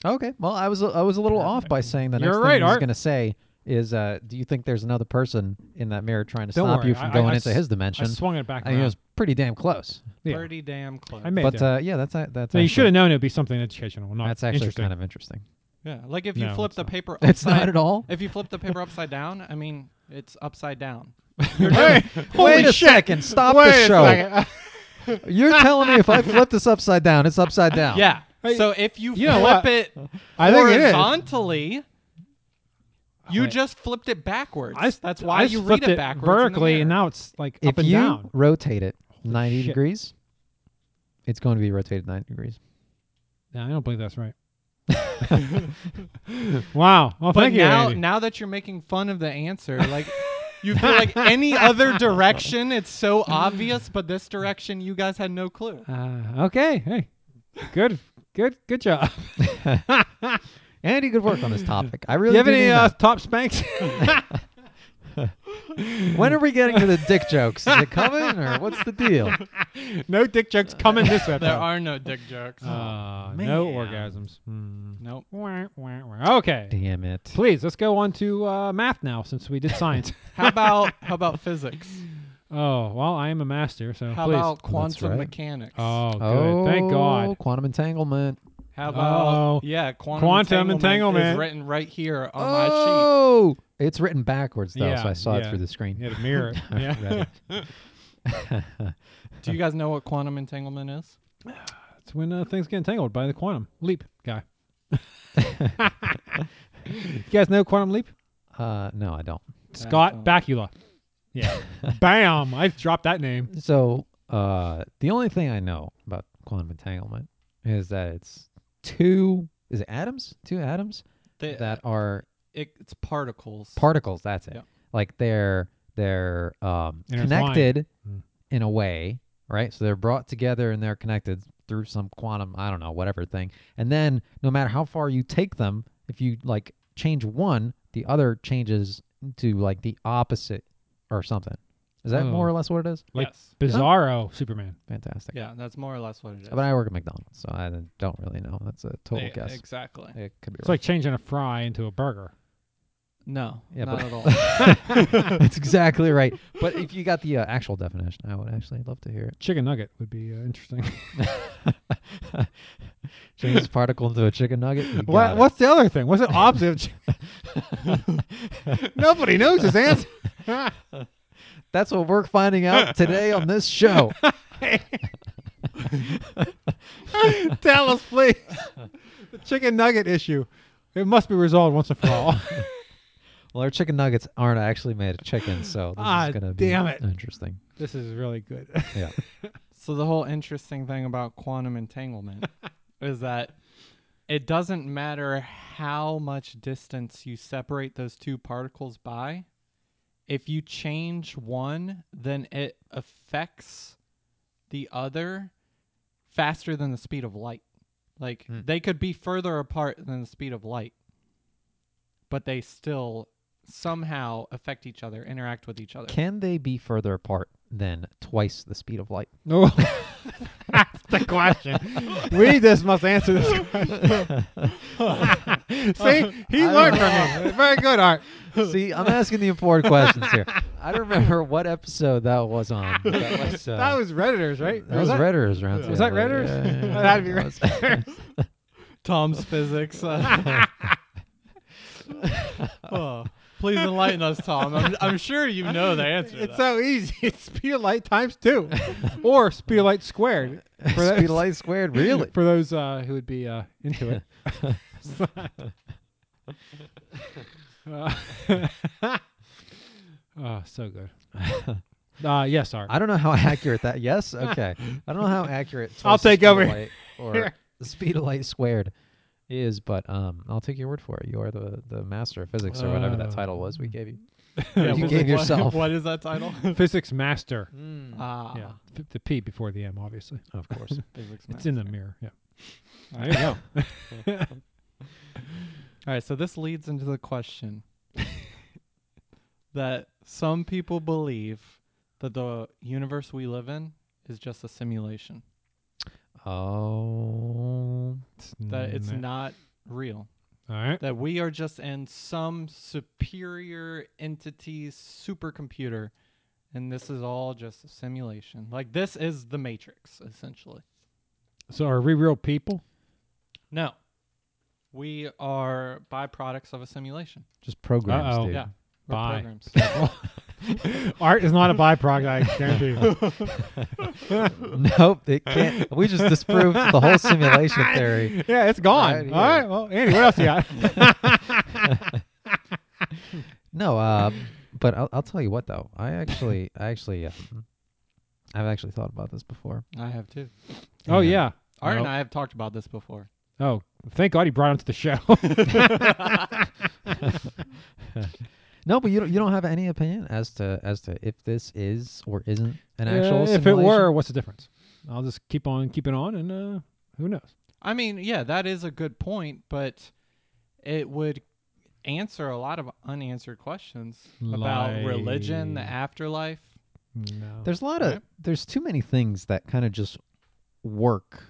D: Okay. Well, I was I was a little off by saying the next
B: You're
D: thing
B: right,
D: I was
B: Art.
D: going to say is, uh, do you think there's another person in that mirror trying to
B: Don't
D: stop
B: worry,
D: you from
B: I-
D: going
B: I- I
D: into
B: s-
D: his
B: I
D: dimension?
B: swung it back.
D: I mean, it
B: around.
D: was pretty damn close.
B: Yeah.
C: Pretty damn close.
B: I made
D: But
B: that.
D: uh, yeah, that's a- that's.
B: Now, you should
D: actually,
B: have known it'd be something educational, not
D: That's actually
B: interesting.
D: kind of interesting.
C: yeah. Like if
B: No,
C: you flip
B: it's
C: the
B: not.
C: paper. Upside,
D: It's not at all.
C: If you flip the paper upside down, I mean, it's upside down.
B: Hey, holy
D: Wait a
B: shit.
D: second! Stop
B: Wait
D: the
B: a
D: show.
B: second.
D: You're telling me if I flip this upside down, it's upside down.
C: Yeah. So if you,
B: You know
C: flip
B: what?
C: it
B: I think it is.
C: horizontally, you
B: Wait.
C: just flipped it backwards.
B: I s-
C: That's why
B: I
C: you
B: flipped
C: read it backwards. in the
B: vertically, and
C: mirror.
B: now it's like
D: If
B: up and
D: you
B: down.
D: rotate it 90
B: shit.
D: degrees, it's going to be rotated 90 degrees.
B: No, I don't believe that's right. wow. Well,
C: But
B: thank you.
C: now,
B: Andy.
C: now that you're making fun of the answer, like you feel like any other direction, it's so obvious. But this direction, you guys had no clue.
B: Uh, okay. Hey. Good. Good. Good job.
D: Andy, good work on this topic. I really
B: you have
D: do
B: any
D: mean
B: uh,
D: that.
B: top spanks?
D: When are we getting to the dick jokes? Is it coming or what's the deal?
B: no dick jokes coming this way.
C: There are no dick jokes.
B: Uh, no
D: man.
B: orgasms. Hmm.
C: nope.
B: Wah, wah, wah. Okay.
D: Damn it.
B: Please let's go on to uh, math now, since we did science.
C: How about how about physics?
B: oh well, I am a master, so
C: How
B: Oh, please.
C: about quantum
D: right.
C: mechanics?
B: oh, good. Thank God.
D: Quantum entanglement.
C: How about
B: Oh.
C: yeah, quantum,
B: Quantum
C: is
B: entanglement.
C: written right here on my sheet.
D: oh, it's written backwards though,
B: Yeah,
D: so I saw it
B: yeah.
D: through the screen.
B: You had a mirror. yeah.
D: Read it.
C: Do you guys know what quantum entanglement is?
B: That's when uh, things get entangled by the quantum leap guy. you guys know quantum leap?
D: uh, no, I don't.
B: Scott Bakula. Yeah. Bam! I dropped that name.
D: So uh, the only thing I know about quantum entanglement is that it's two is it atoms? Two atoms
C: They-
D: that are
C: it, it's particles.
D: particles. That's it.
C: Yep.
D: Like they're they're um,
B: Intertwined.
D: connected
B: Mm.
D: in a way, right? So they're brought together and they're connected through some quantum, I don't know, whatever thing. And then no matter how far you take them, if you like change one, the other changes to like the opposite or something. Is that
B: Oh.
D: more or less what it is?
B: Like
C: yes.
B: Bizarro Superman.
D: Fantastic.
C: Yeah, that's more or less what it is.
D: But I work at McDonald's, so I don't really know. That's a total
C: Yeah,
D: guess.
C: Exactly.
D: it could be
B: It's
D: wrong.
B: like changing a fry into a burger.
C: No,
D: Yeah,
C: not
D: but-
C: at all.
D: That's exactly right. But if you got the uh, actual definition, I would actually love to hear it.
B: Chicken nugget would be uh, interesting.
D: Change this particle into a chicken nugget. You got
B: What,
D: it.
B: what's the other thing? What's the opposite? of chi- Nobody knows his answer.
D: That's what we're finding out today on this show.
B: Tell us, please. the chicken nugget issue. It must be resolved once and for all.
D: Well, our chicken nuggets aren't actually made of chicken, so this
B: Ah,
D: is going to be
B: damn it.
D: interesting.
B: this is really good.
D: Yeah.
C: so the whole interesting thing about quantum entanglement is that it doesn't matter how much distance you separate those two particles by. If you change one, then it affects the other faster than the speed of light. Like
D: Hmm.
C: they could be further apart than the speed of light, but they still somehow affect each other, interact with each other.
D: Can they be further apart than twice the speed of light?
B: No. That's the question. we just must answer this question. See, he
D: I
B: learned
D: don't
B: from me. Very good, Art.
D: See, I'm asking the important questions here. I don't remember what episode that was on. That was, uh,
B: that was Redditors, right?
D: that was Redditors round.
B: was that Redditors? That'd be Redditors.
C: Tom's physics. uh, oh, please enlighten us, Tom. I'm, I'm sure you know the answer. To
B: It's
C: that.
B: so easy. It's speed of light times two, or speed of light squared. For
D: Speed of
B: those-
D: light squared, really?
B: For those uh, who would be uh, into it. Oh, so good. uh, yes, Art.
D: I don't know how accurate that. Yes, okay. I don't know how accurate.
B: I'll
D: twice the
B: take
D: speed of
B: over
D: light or
B: here.
D: the speed of light squared is, but um, I'll take your word for it. You are the the master of physics or whatever that
B: Oh.
D: title was we gave you.
C: Yeah,
D: you
C: what-
D: gave
C: what-
D: yourself. Hmm.
C: What is that title?
B: Physics master.
C: Ah,
B: Yeah, F- the P before the M, obviously.
D: Of course.
C: physics
B: It's in the mirror. Yeah.
C: There you go. All right, so this leads into the question that some people believe that the universe we live in is just a simulation,
D: oh.
C: that it's not real,
B: All right.
C: that we are just in some superior entity's supercomputer, and this is all just a simulation. Like, this is the Matrix, essentially.
B: So are we real people?
C: No, we are byproducts of a simulation.
D: Just programs,
B: Uh-oh.
D: dude.
C: Yeah. We're
B: Bye.
C: programs.
B: Art is not a byproduct, I guarantee you.
D: Nope, it can't. We just disproved the whole simulation theory.
B: Yeah, it's gone.
D: Right
B: All
D: here.
B: right. Well, Andy, what else you got?
D: No, uh, but I'll, I'll tell you what though. I actually, I actually, um, I've actually thought about this before.
C: I have too.
B: oh,
D: And-
B: yeah.
C: Art and
B: Nope.
C: I have talked about this before.
B: Oh, thank God you brought him to the show.
D: No, but you don't, you don't have any opinion as to as to if this is or isn't an actual.
B: Uh, if it
D: simulation?
B: were, what's the difference? I'll just keep on keeping on, and uh, who knows?
C: I mean, yeah, that is a good point, but it would answer a lot of unanswered questions about religion, the
B: Like-
C: afterlife.
B: No.
D: there's a lot of
C: Right.
D: there's too many things that kind of just work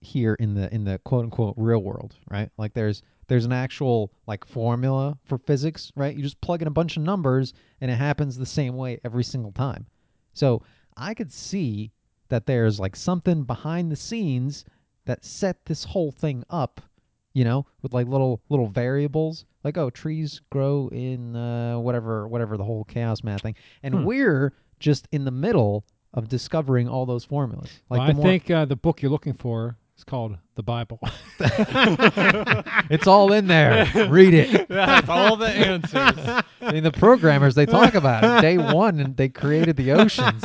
D: here in the in the quote unquote real world, right? Like there's there's an actual like formula for physics, right? You just plug in a bunch of numbers and it happens the same way every single time. So I could see that there's like something behind the scenes that set this whole thing up, you know, with like little little variables, like oh trees grow in uh, whatever whatever the whole chaos math thing, and
B: Hmm.
D: we're just in the middle of discovering all those formulas. Like
B: Well,
D: the
B: I
D: more,
B: think uh, the book you're looking for is called the Bible.
D: it's all in there. Read it.
C: That's all the answers.
D: I mean, the programmers they talk about it. Day one, and they created the oceans.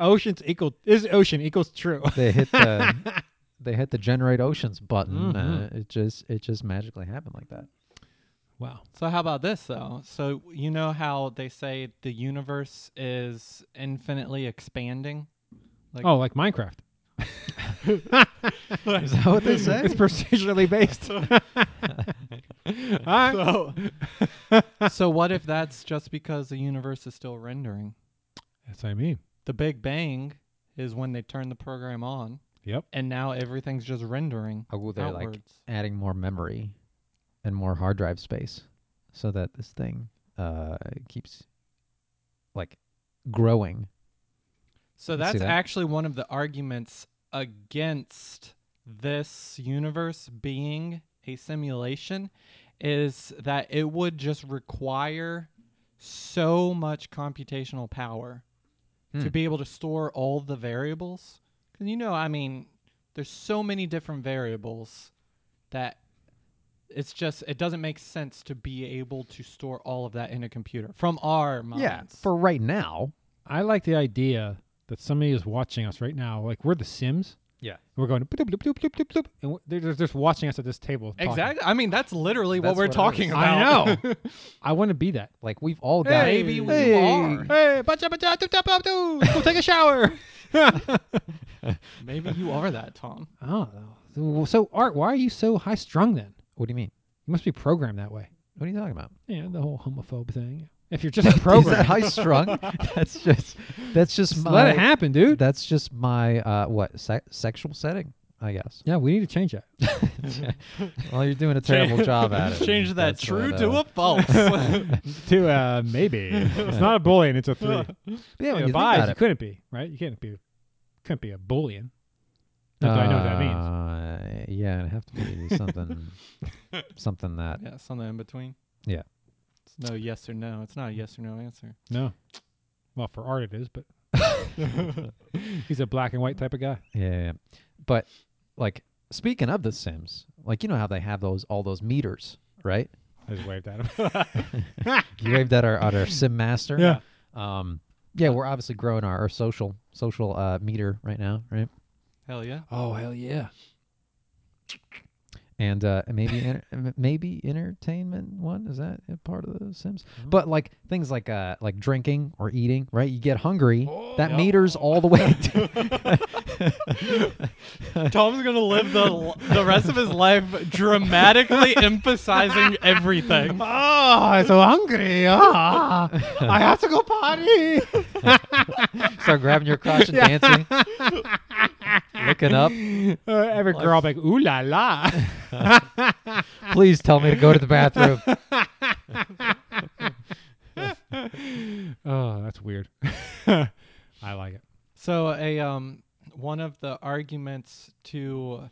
B: Ocean's equal is ocean equals true.
D: They hit the they hit the generate oceans
B: Mm-hmm.
D: button. Uh, it just it just magically happened like that.
B: wow.
C: So how about this though? So you know how they say the universe is infinitely expanding?
B: Oh, like Minecraft.
D: Is that what they say?
B: It's procedurally based. All right.
C: So, so what if that's just because the universe is still rendering?
B: That's what I mean.
C: The Big Bang is when they turn the program on,
B: Yep.
C: and now everything's just rendering
D: Oh, they're like-
C: outwards.
D: adding more memory and more hard drive space so that this thing uh keeps like growing
C: So
D: can see
C: that's
D: that.
C: actually one of the arguments against this universe being a simulation is that it would just require so much computational power
D: Hmm.
C: to be able to store all the variables. Because, you know, I mean, there's so many different variables that it's just, it doesn't make sense to be able to store all of that in a computer from our minds.
D: for right now
B: I like the idea that somebody is watching us right now. Like we're the Sims.
D: Yeah.
B: We're going bloop, bloop, bloop, bloop, bloop, bloop, and we're- they're just- just watching us at this table. talking.
C: Exactly. I mean, that's literally
D: That's
C: what we're
D: what it
C: talking
D: is.
C: about.
B: I know. I want to be that.
D: like we've all got
C: Maybe we are.
B: Hey, bacha, bacha, doop, doop, doop, doop. go take a shower.
C: Maybe you are that, Tom.
B: Oh, so, so Art, why are you so high strung then?
D: what do you mean
B: You must be programmed that way.
D: what are you talking about
B: Yeah, the whole homophobe thing. If you're just programmed,
D: is that high strung that's just that's just,
B: just
D: my
B: let it happen, dude.
D: that's just my uh what se- sexual setting i guess
B: yeah, we need to change that.
D: well you're doing a terrible job at it
C: Change that
D: That's
C: true
D: what,
C: to
D: uh,
C: a false.
B: to uh, maybe it's not a bullying; it's a three. yeah,
D: yeah, when you think
B: buys,
D: about
B: you
D: it,
B: couldn't be right. You can't be, couldn't be a bullying. Not that I know what that means.
D: Uh, yeah, it'd have to be something, something that.
C: yeah, something in between.
D: Yeah.
C: It's no yes or no. It's not a yes or no answer.
B: No, well, for Art it is, but he's a black and white type of guy.
D: Yeah, yeah, yeah. but like, Speaking of The Sims, like you know how they have those all those meters, right?
B: I just waved at him.
D: You waved at our at our Sim Master.
B: Yeah.
D: Um. Yeah, we're obviously growing our, our social social uh, meter right now, right?
C: Hell yeah.
B: oh hell yeah!
D: and uh, maybe enter- m- maybe entertainment one is that a part of the Sims?
B: Mm-hmm.
D: But like things like uh, like drinking or eating, right? You get hungry,
B: Oh,
D: that meters all the way. to-
C: Tom's gonna live the the rest of his life dramatically emphasizing everything.
B: Oh, I'm so hungry. Ah, I have to go potty.
D: Start grabbing your crotch and dancing, looking up.
B: Uh, every girl be like, ooh la la.
D: Please tell me to go to the bathroom.
B: oh, that's weird. I like it.
C: So a um one of the arguments to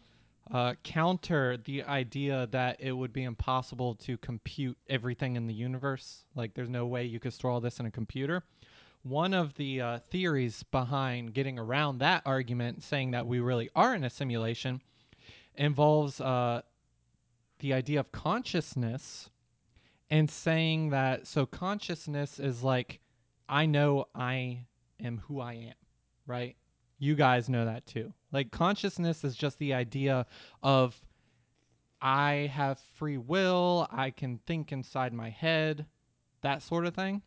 C: uh, counter the idea that it would be impossible to compute everything in the universe, like there's no way you could store all this in a computer. One of the uh, theories behind getting around that argument, saying that we really are in a simulation, involves uh, the idea of consciousness and saying that so consciousness is like, I know I am who I am right? You guys know that too. Like consciousness is just the idea of I have free will, I can think inside my head, that sort of thing.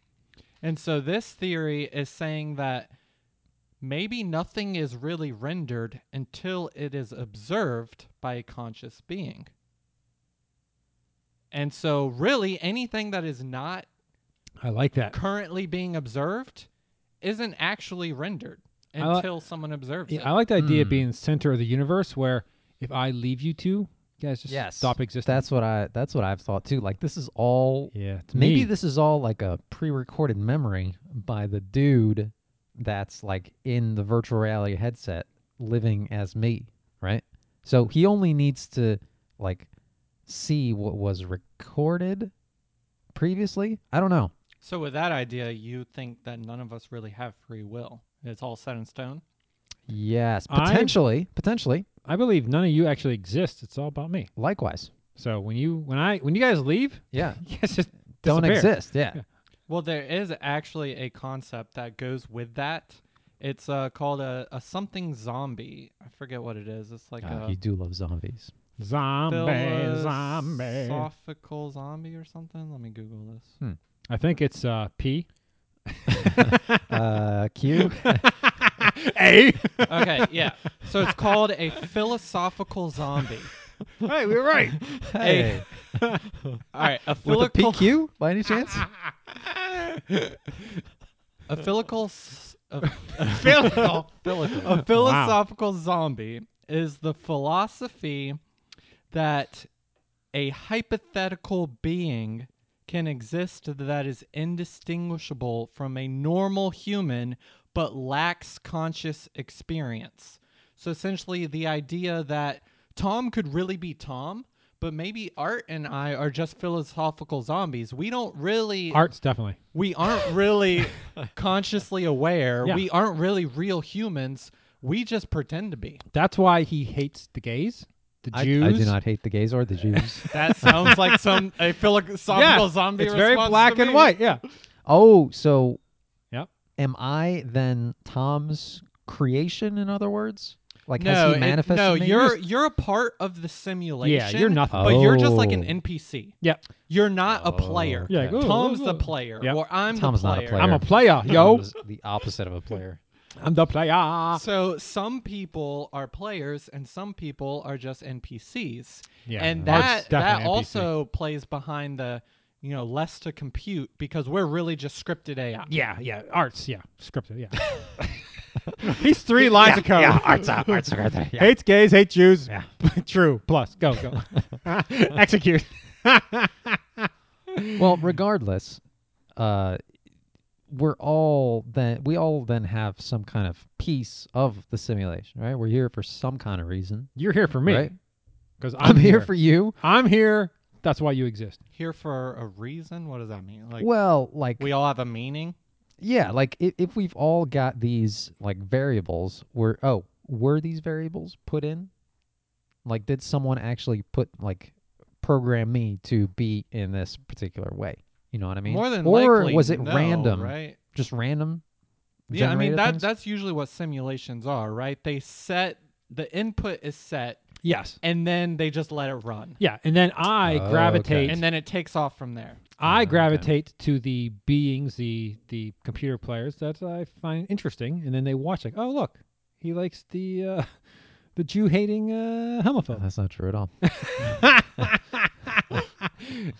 C: And so this theory is saying that maybe nothing is really rendered until it is observed by a conscious being. And so really anything that is not
B: I like that.
C: currently being observed isn't actually rendered
B: I li-
C: until someone observes
B: Yeah,
C: it.
B: I like the idea of
D: Hmm.
B: being center of the universe, where if I leave you two, you guys just
D: Yes.
B: stop existing.
D: That's what I. That's what I've thought too. Like this is all
B: yeah, it's
D: Maybe
B: me.
D: this is all like a pre-recorded memory by the dude that's like in the virtual reality headset living as me, right? So he only needs to like see what was recorded previously. I don't know.
C: so with that idea, you think that none of us really have free will. It's all set in stone.
D: Yes,
B: I-
D: potentially, potentially.
B: I believe none of you actually exist. It's all about me.
D: Likewise.
B: So when you when I when you guys leave,
D: Yeah.
B: you guys just
D: Don't
B: disappear.
D: exist. Yeah.
C: Well, there is actually a concept that goes with that. It's uh, called a, a something zombie. I forget what it is. It's like
D: Ah,
C: a
D: you do love zombies.
B: Zombie, zombie.
C: philosophical zombie or something. Let me Google this.
B: I think it's uh, P.
D: uh, Q.
B: A.
C: Okay, yeah. So it's called a philosophical zombie.
B: hey, we were right.
D: Hey.
C: All right, a
D: With a
C: philical
D: PQ by any chance?
C: a philical s- a,
B: Phil.
C: a philosophical zombie is the philosophy that a hypothetical being can exist that is indistinguishable from a normal human but lacks conscious experience. So essentially, the idea that Tom could really be Tom, but maybe Art and I are just philosophical zombies. We don't really
B: Arts definitely.
C: we aren't really consciously aware.
B: Yeah.
C: We aren't really real humans. We just pretend to be.
B: That's why he hates the gays, the
D: I, I
B: Jews.
D: do not hate the gays or the Jews.
C: That sounds like some a philosophical
B: Yeah,
C: zombie.
B: it's very
C: response
B: black
C: to
B: and
C: me.
B: white. Yeah.
D: Oh, so
B: Yep.
D: am I then Tom's creation? In other words, like
C: No,
D: has
C: it-
D: he manifested?
C: no,
D: me?
C: you're you're a part of the simulation.
B: nothing.
C: But you're just like an
D: Oh.
C: NPC.
B: Yeah. Oh.
C: You're not a player.
B: Yeah.
D: Okay.
B: ooh,
C: Tom's
B: ooh,
C: the
B: ooh.
C: player,
B: Yeah.
C: or I'm
D: Tom's
C: the
D: not a
C: player.
D: player.
B: I'm a player, yo.
D: Tom's the opposite of a player.
B: I'm the player.
C: So some people are players and some people are just NPCs.
B: Yeah,
C: And
B: Bart's
C: that that
B: definitely NPC.
C: also plays behind the you know less to compute because we're really just scripted AI.
B: Yeah, yeah. Arts, yeah. Scripted, yeah. He's three lines of code. Yeah, arts,
D: arts, arts, yeah.
B: Hates gays, hates Jews. True. Plus, go, go. Execute.
D: Well, regardless, uh, we're all then we all then have some kind of piece of the simulation, right? We're here for some kind of reason.
B: You're here for me.
D: Right.
B: Because
D: I'm, here for you.
B: I'm here. That's why you exist.
C: Here for a reason. What does that mean? Like
D: well, like
C: we all have a meaning.
D: yeah, like if, if we've all got these like variables, were oh were these variables put in Like, did someone actually put like program me to be in this particular way? You know what I mean?
C: More than
D: or
C: likely,
D: was it
C: no,
D: random?
C: Right.
D: Just random?
C: Yeah, I mean
D: generated
C: that
D: things?
C: that's usually what simulations are, right? They set the input is set
B: Yes.
C: and then they just let it run.
B: Yeah, and then I
D: Oh, okay.
B: gravitate
C: And then it takes off from there.
B: I
D: Okay.
B: gravitate to the beings, the the computer players that I find interesting, and then they watch like, oh look, he likes the uh, the Jew hating uh, homophobe
D: That's not true at all.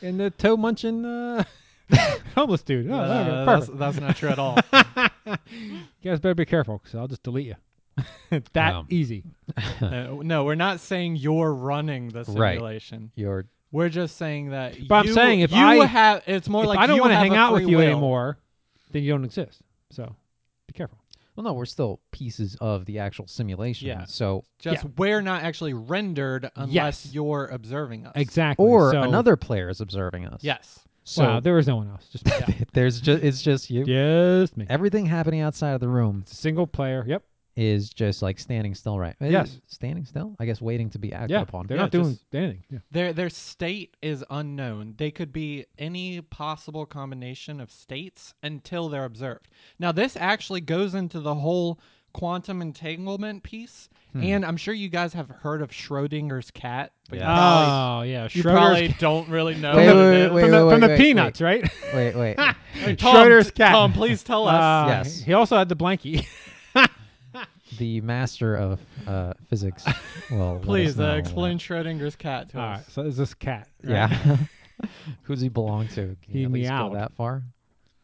B: and the toe munching uh, homeless dude. Oh, okay,
C: Uh, that's,
B: perfect.
C: that's not true at all.
B: You guys better be careful, because I'll just delete you. that
D: Wow.
B: easy.
C: Uh, no, we're not saying you're running the
D: Right.
C: simulation.
D: You're
C: We're just saying that.
B: But I'm
C: you-
B: saying if
C: you
B: I-
C: have, it's more
B: if
C: like
B: I don't
C: you
B: want to
C: have
B: hang
C: a
B: out
C: free
B: with you
C: will.
B: anymore, then you don't exist. So be careful.
D: well, no, we're still pieces of the actual simulation.
C: Yeah.
D: So,
C: Just we're not actually rendered unless
B: Yes.
C: you're observing us.
B: Exactly.
D: or
B: So-
D: another player is observing us.
C: Yes.
D: So
B: wow, there was no one else. Just me.
D: there's just it's just you.
B: just me.
D: Everything happening outside of the room
B: Single player. Yep.
D: is just like standing still, right? Eh,
B: Yes.
D: standing still. I guess waiting to be acted
B: Yeah,
D: upon.
B: they're
C: Yeah,
B: not doing
C: just-
B: anything. Yeah.
C: Their their state is unknown. They could be any possible combination of states until they're observed. Now this actually goes into the whole quantum entanglement piece,
B: Hmm.
C: and I'm sure you guys have heard of Schrodinger's cat, but you
D: Yeah.
C: probably,
B: Oh yeah,
C: you
B: Schroeder's
C: probably
B: cat.
C: don't really know.
D: Wait,
C: what
D: wait,
C: it is.
D: wait,
B: from the, from the
D: wait, wait.
B: Peanuts, right?
D: Wait, wait.
C: Tom,
B: Schroeder's cat.
C: Tom, please tell us.
B: Uh,
D: Yes.
B: He also had the blankie.
D: the master of uh, physics. Well,
C: Please uh, explain Schrodinger's cat to
B: All
C: us.
B: right, so there's this cat. right?
D: Yeah. Who's he belong to? Can
B: He
D: you at least go
B: meowed.
D: that far?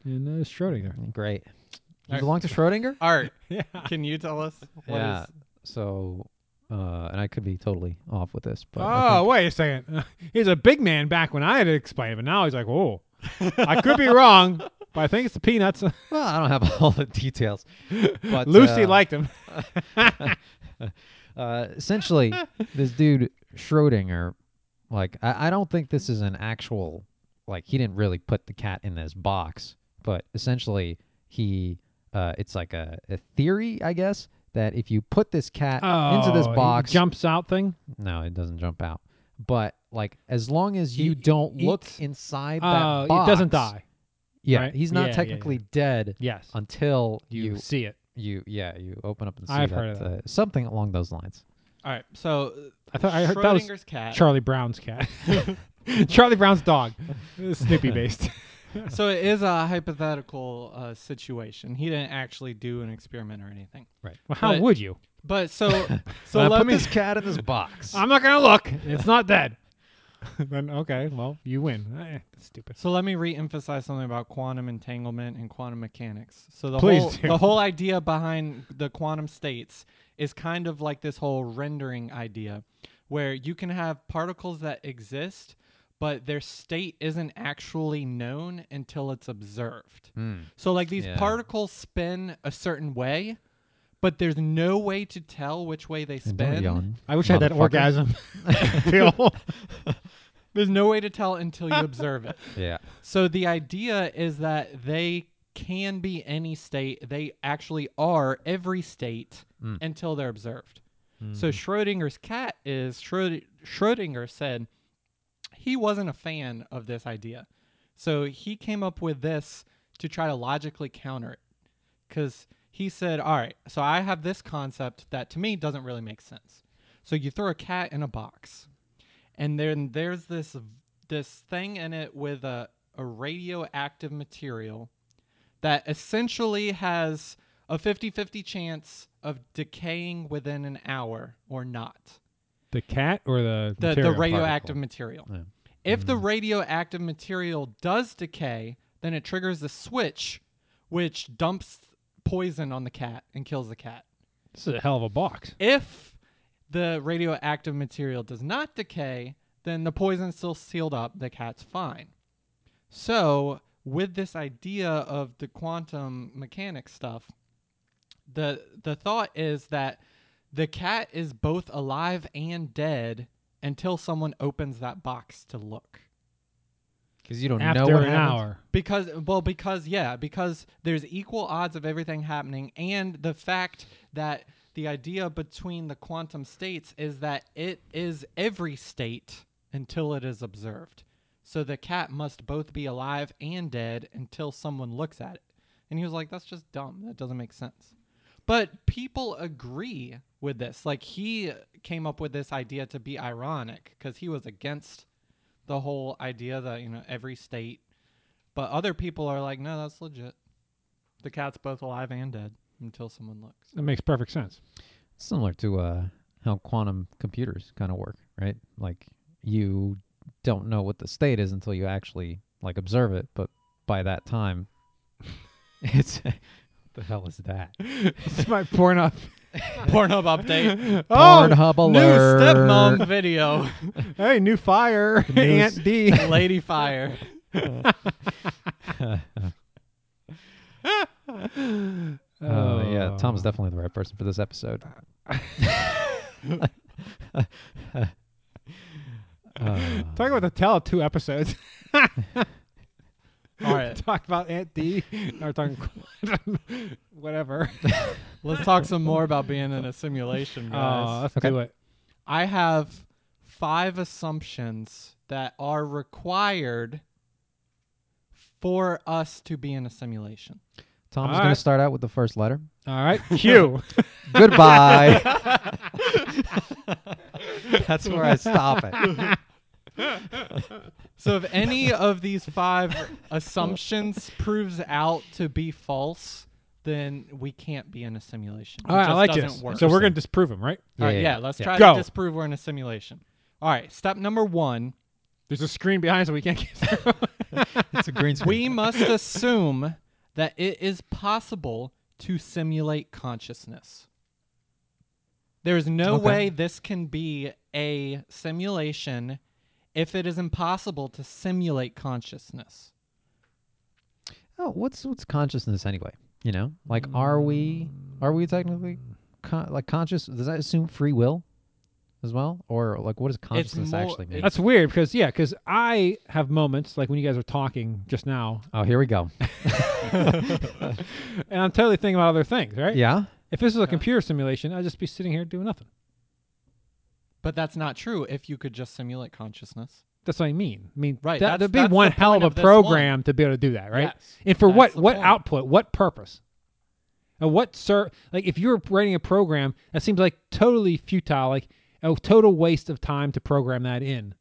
B: And uh, Schrodinger.
D: Great. You
C: Alright.
D: belong to Schrodinger?
C: Art,
B: Yeah.
C: can you tell us? what is
D: yeah. So, uh, and I could be totally off with this, but I
B: Oh wait a second. He's a big man back when I had to explain it, but now he's like, whoa. I could be wrong, but I think it's the Peanuts.
D: think- well, I don't have all the details. But
B: Lucy
D: uh,
B: liked him.
D: uh, essentially, this dude Schrodinger, like, I, I don't think this is an actual, like, he didn't really put the cat in this box, but essentially, he, uh, it's like a, a theory, I guess, that if you put this cat into this
B: Oh, he
D: box,
B: jumps out thing.
D: no, it doesn't jump out, but like, as long as
B: He
D: you don't look
B: eats-
D: inside
B: Uh,
D: that
B: it
D: box,
B: doesn't die.
D: Yeah,
B: right?
D: he's
B: Yeah,
D: not
B: yeah, yeah.
D: technically dead
B: Yes.
D: until
B: You,
D: you,
B: see it.
D: you, yeah, you open up and see
B: I've
D: that,
B: heard of
D: uh, something along those lines.
C: All right. So uh,
B: I thought I heard that was
C: Schrodinger's cat.
B: Charlie Brown's cat. Charlie Brown's dog. Snoopy based.
C: so it is a hypothetical uh, situation. He didn't actually do an experiment or anything.
D: Right.
B: Well, how
C: But-
B: would you?
C: But so so
D: Uh,
C: let
D: put
C: me
D: this cat in this box.
B: I'm not gonna look. It's not dead. then okay, well you win. Eh, that's stupid.
C: so let me reemphasize something about quantum entanglement and quantum mechanics. So the
B: Please
C: whole
B: do.
C: the whole idea behind the quantum states is kind of like this whole rendering idea where you can have particles that exist but their state isn't actually known until it's observed.
D: Mm.
C: So like these
D: Yeah.
C: particles spin a certain way, but there's no way to tell which way they
D: And don't
C: spin.
D: yawn,
B: I wish I had that
D: motherfucker.
B: orgasm. Feel.
C: There's no way to tell until you observe it.
D: Yeah.
C: So the idea is that they can be any state. They actually are every state until they're observed. So Schrodinger's cat is Schrod- Schrodinger said he wasn't a fan of this idea. So he came up with this to try to logically counter it. Because he said, all right, so I have this concept that to me doesn't really make sense. So you throw a cat in a box, and then there's this this thing in it with a, a radioactive material that essentially has a 50-50 chance of decaying within an hour or not
B: the cat or the
C: the, the
B: material
C: radioactive
B: particle? Mm-hmm.
C: material. If the radioactive material does decay, then it triggers the switch, which dumps poison on the cat and kills the cat.
B: This is a hell of a box.
C: If the radioactive material does not decay, then the poison's still sealed up. The cat's fine. So, with this idea of the quantum mechanics stuff, the the thought is that the cat is both alive and dead until someone opens that box to look.
D: Because you don't know
B: After
D: what
B: an
D: happens.
B: hour.
C: Because well, because yeah, because there's equal odds of everything happening, and the fact that the idea between the quantum states is that it is every state until it is observed. So the cat must both be alive and dead until someone looks at it. And he was like, that's just dumb. That doesn't make sense. But people agree with this. Like he came up with this idea to be ironic because he was against the whole idea that, you know, every state. But other people are like, no, that's legit. The cat's both alive and dead until someone looks.
B: That makes perfect sense.
D: similar to uh, how quantum computers kind of work, right? Like you don't know what the state is until you actually like observe it, but by that time, it's what the hell is that?
B: It's my porn up.
C: Pornhub update.
D: Pornhub
C: Oh, New
D: alert.
C: stepmom video.
B: Hey, new fire. Aunt D.
C: Lady Fire.
D: Uh,
B: Oh,
D: yeah, Tom's definitely the right person for this episode. Uh,
B: Talk about the tell two episodes.
C: All right.
B: talk about Aunt D. Or talking whatever.
C: Let's talk some more about being in a simulation,
B: Oh,
C: guys.
B: let's
D: Okay.
B: do it.
C: I have five assumptions that are required for us to be in a simulation.
D: Tom's
B: All
D: going
B: right.
D: to start out with the first letter.
B: All right. Q.
D: Goodbye. That's where I stop it.
C: So if any of these five assumptions proves out to be false, then we can't be in a simulation. It
B: All right, I
C: just
B: like
C: doesn't
B: this.
C: work.
B: So we're going to disprove him, right?
C: All right, yeah, let's try
B: Go.
C: to disprove we're in a simulation. All right, step number one
B: There's a screen behind so we can't get through.
D: It's a green screen.
C: we must assume that it is possible to simulate consciousness. There's no
D: Okay.
C: way this can be a simulation if it is impossible to simulate consciousness.
D: oh, what's what's consciousness anyway? You know, like are we are we technically con- like conscious? Does that assume free will as well, or like what does consciousness
C: more-
D: actually mean?
B: That's weird because, yeah, because I have moments like when you guys are talking just now,
D: Oh, here we go.
B: and I'm totally thinking about other things, right?
D: yeah,
B: If this was a computer simulation, I'd just be sitting here doing nothing.
C: But that's not true if you could just simulate consciousness.
B: That's what I mean. I mean,
C: Right,
B: That,
C: that's-
B: there'd be
C: that's
B: one
C: the
B: hell of
C: point
B: a
C: of this
B: program to be able to do that, right?
C: Yes,
B: and for
C: that's
B: what
C: the
B: what
C: point.
B: output, what purpose, and what sir? Like, if you're writing a program, that seems like totally futile, like a total waste of time to program that in.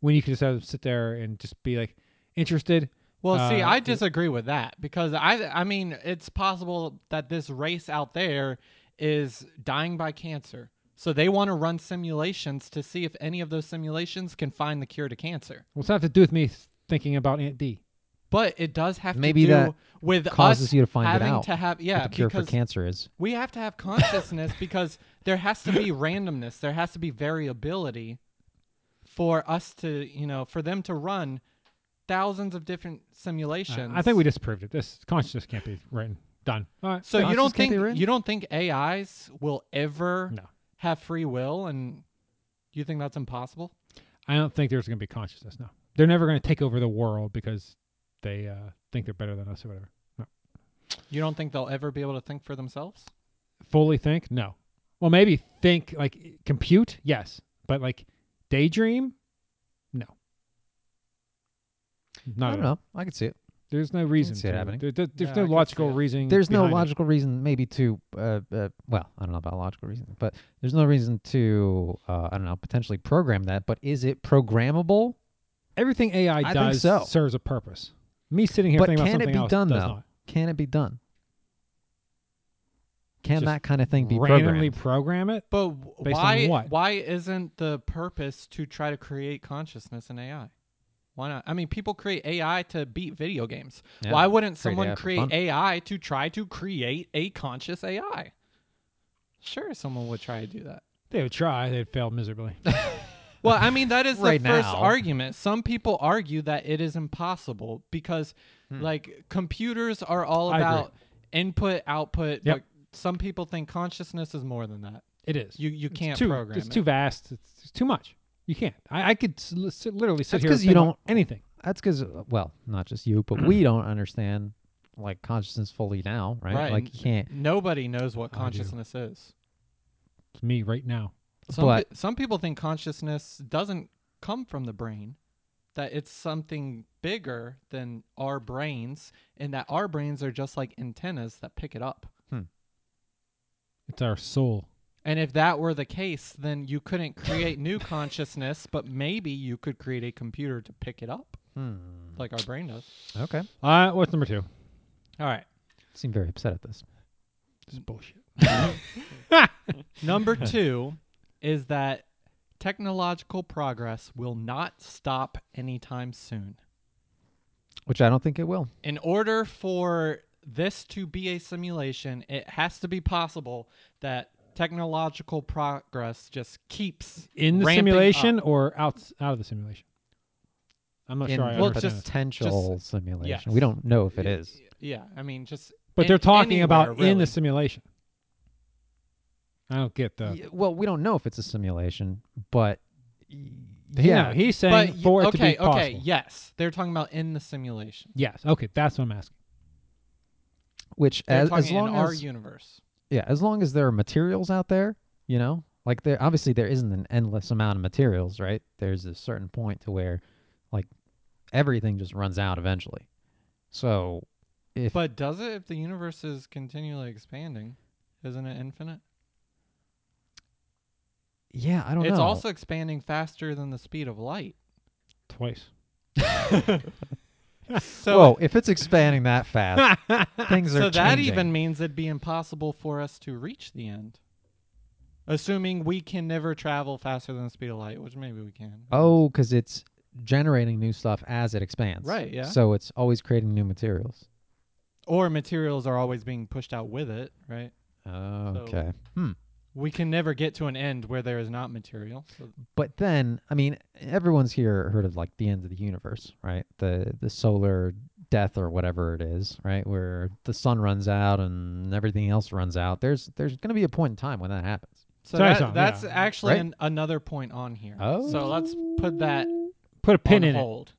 B: When you could just have to sit there and just be like interested.
C: Well, see,
B: Uh,
C: I disagree with that because I I mean, it's possible that this race out there is dying by cancer. So they want to run simulations to see if any of those simulations can find the cure to cancer.
B: What's that have to do with me thinking about Aunt D?
C: But it does have
D: Maybe
C: to do
D: that
C: with
D: causes
C: us
D: you to find it
C: having
D: out,
C: to have yeah,
D: the cure for
C: because
D: cancer is
C: we have to have consciousness because there has to be randomness, there has to be variability for us to, you know, for them to run thousands of different simulations.
B: I think we disproved it. This consciousness can't be written. Done. All right.
C: So you don't
D: Conscious can't
C: think
D: be written?
C: you don't think AIs will ever
B: No.
C: have free will, and you think that's impossible?
B: I don't think there's going to be consciousness. No, they're never going to take over the world because they uh, think they're better than us or whatever. No,
C: You don't think they'll ever be able to think for themselves?
B: fully think. No. Well, maybe think like compute. Yes, but like daydream. No.
D: I
B: Not at
D: don't
B: all.
D: know. I could see it.
B: There's no reason.
D: see it
B: to-
D: happening.
B: there- there- there's
C: Yeah, I
B: no
C: could see
B: logical
C: it.
B: reason.
D: There's no
B: Mm, behind it.
D: logical reason, maybe to uh, uh, well, I don't know about logical reason, but there's no reason to uh, I don't know potentially program that. But is it programmable?
B: Everything AI
D: I think
B: does
D: so.
B: serves a purpose. Me sitting here
D: but
B: thinking
D: can
B: about
D: it
B: something
D: be
B: else
D: done
B: does
D: though?
B: not.
D: Can it be done? Can
B: Just
D: that kind of thing be
B: randomly
D: programmed?
B: program it?
C: But w-
B: Based on
C: why
B: what?
C: why isn't the purpose to try to create consciousness in AI? Why not? I mean, people create AI to beat video games.
D: Yeah,
C: why wouldn't
D: create AI
C: someone
D: for
C: create
D: fun.
C: AI to try to create a conscious AI? Sure, someone would try to do that.
B: They would try. They'd fail miserably.
C: Well, I mean, that is
D: Right
C: the first
D: now.
C: argument. Some people argue that it is impossible because, like, computers are all
B: Hmm. I agree.
C: about input, output.
B: Yep.
C: But some people think consciousness is more than that.
B: It is.
C: You you can't
B: it's too,
C: program
B: It's
C: it.
B: too vast. It's, it's too much. You can't. I, I could s- li- sit, literally sit
D: That's
B: here.
D: 'cause uh,
B: and
D: you
B: think about
D: don't-
B: anything.
D: That's because well, not just you, but we don't understand like consciousness fully now, right?
C: Right.
D: Like you can't.
C: Nobody knows what
B: I do.
C: consciousness is.
B: It's me right now.
C: Some,
D: But-
C: pe- some people think consciousness doesn't come from the brain, that it's something bigger than our brains, and that our brains are just like antennas that pick it up.
B: It's our soul.
C: And if that were the case, then you couldn't create new consciousness, but maybe you could create a computer to pick it up
D: Hmm.
C: like our brain does.
D: Okay.
B: Uh, what's number two?
C: All right.
D: Seem very upset at this.
B: It's bullshit.
C: Number two is that technological progress will not stop anytime soon.
D: Which I don't think it will.
C: In order for this to be a simulation, it has to be possible that technological progress just keeps
B: In the
C: ramping
B: simulation
C: up.
B: or out out of the simulation? I'm not
D: In
B: sure. Oh, I
D: the
C: Well,
B: understand
C: just-
B: that.
D: potential simulation. We don't know if it is.
C: Yeah, I mean, just
B: but
C: an-
B: they're talking
C: anywhere,
B: about in
C: really.
B: the simulation. I don't get the.
D: Y- Well, we don't know if it's a simulation, but y-
B: Yeah,
D: yeah,
B: he's saying
C: But y-
B: for it
C: okay,
B: to be possible.
C: okay, yes, they're talking about in the simulation.
B: Yes. Okay, that's what I'm asking.
D: which
C: They're
D: as,
C: talking
D: as long
C: in
D: as
C: our universe.
D: yeah, as long as there are materials out there, you know, like there obviously there isn't an endless amount of materials, right? There's a certain point to where like everything just runs out eventually. So if
C: But does it if the universe is continually expanding? Isn't it infinite?
D: yeah, I don't
C: It's
D: know.
C: also expanding faster than the speed of light.
B: Twice.
C: So
D: Whoa, if it's expanding that fast, things are
C: so that
D: changing.
C: even means it'd be impossible for us to reach the end. Assuming we can never travel faster than the speed of light, which maybe we can.
B: Uh,
D: Oh, because it's generating new stuff as it expands.
C: Right, yeah.
D: So it's always creating new materials.
C: Or materials are always being pushed out with it, right?
D: Okay. Hmm.
C: We can never get to an end where there is not material. So
D: But then, I mean, everyone's here heard of like the end of the universe, right? The the solar death or whatever it is, right? Where the sun runs out and everything else runs out. There's there's going to be a point in time when that happens.
C: So
B: Sorry,
C: that-
B: Tom,
C: that's
B: yeah.
C: actually
D: Right?
C: an, another point on here.
D: Oh.
C: So let's put that
B: Put a pin
C: on
B: in it.
C: hold.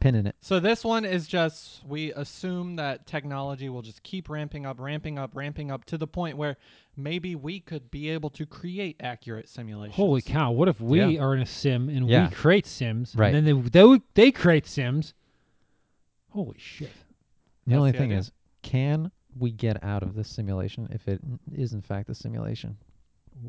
D: Pin in it.
C: So this one is just we assume that technology will just keep ramping up, ramping up, ramping up to the point where maybe we could be able to create accurate simulations.
B: Holy cow! What if we are in a sim and
D: Yeah.
B: we create sims,
D: Right.
B: And then they they, they create sims. Holy shit!
D: The
C: That's
D: only
C: the
D: thing
C: idea.
D: is, can we get out of this simulation if it is in fact a simulation?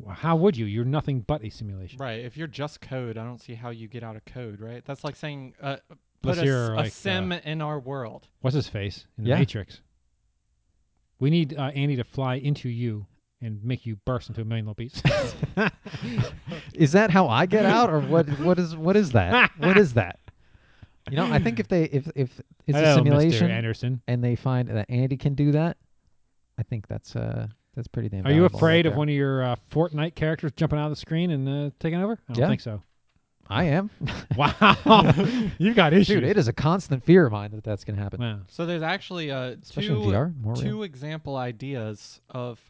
B: How would you? You're nothing but a simulation.
C: Right. If you're just code, I don't see how you get out of code, right? That's like saying uh, put
B: Unless
C: a, s-
B: you're
C: a
B: like,
C: sim
B: uh,
C: in our world.
B: What's his face in the
D: Yeah.
B: Matrix? We need uh, Andy to fly into you and make you burst into a million little pieces.
D: Is that how I get out, or what? What is what is that? What is that? You know, I think if they if if it's
B: Hello,
D: a simulation
B: Mr. Anderson.
D: and they find that Andy can do that, I think that's uh that's pretty damn.
B: Are you
D: valuable right
B: afraid of
D: there.
B: one of your uh, Fortnite characters jumping out of the screen and uh, taking over? I don't
D: Yeah.
B: think so.
D: I am,
B: Wow, you got issues.
D: dude. It is a constant fear of mine that that's gonna happen,
B: wow.
C: So there's actually uh,
D: especially in
C: two
D: VR. More real.
C: two example ideas of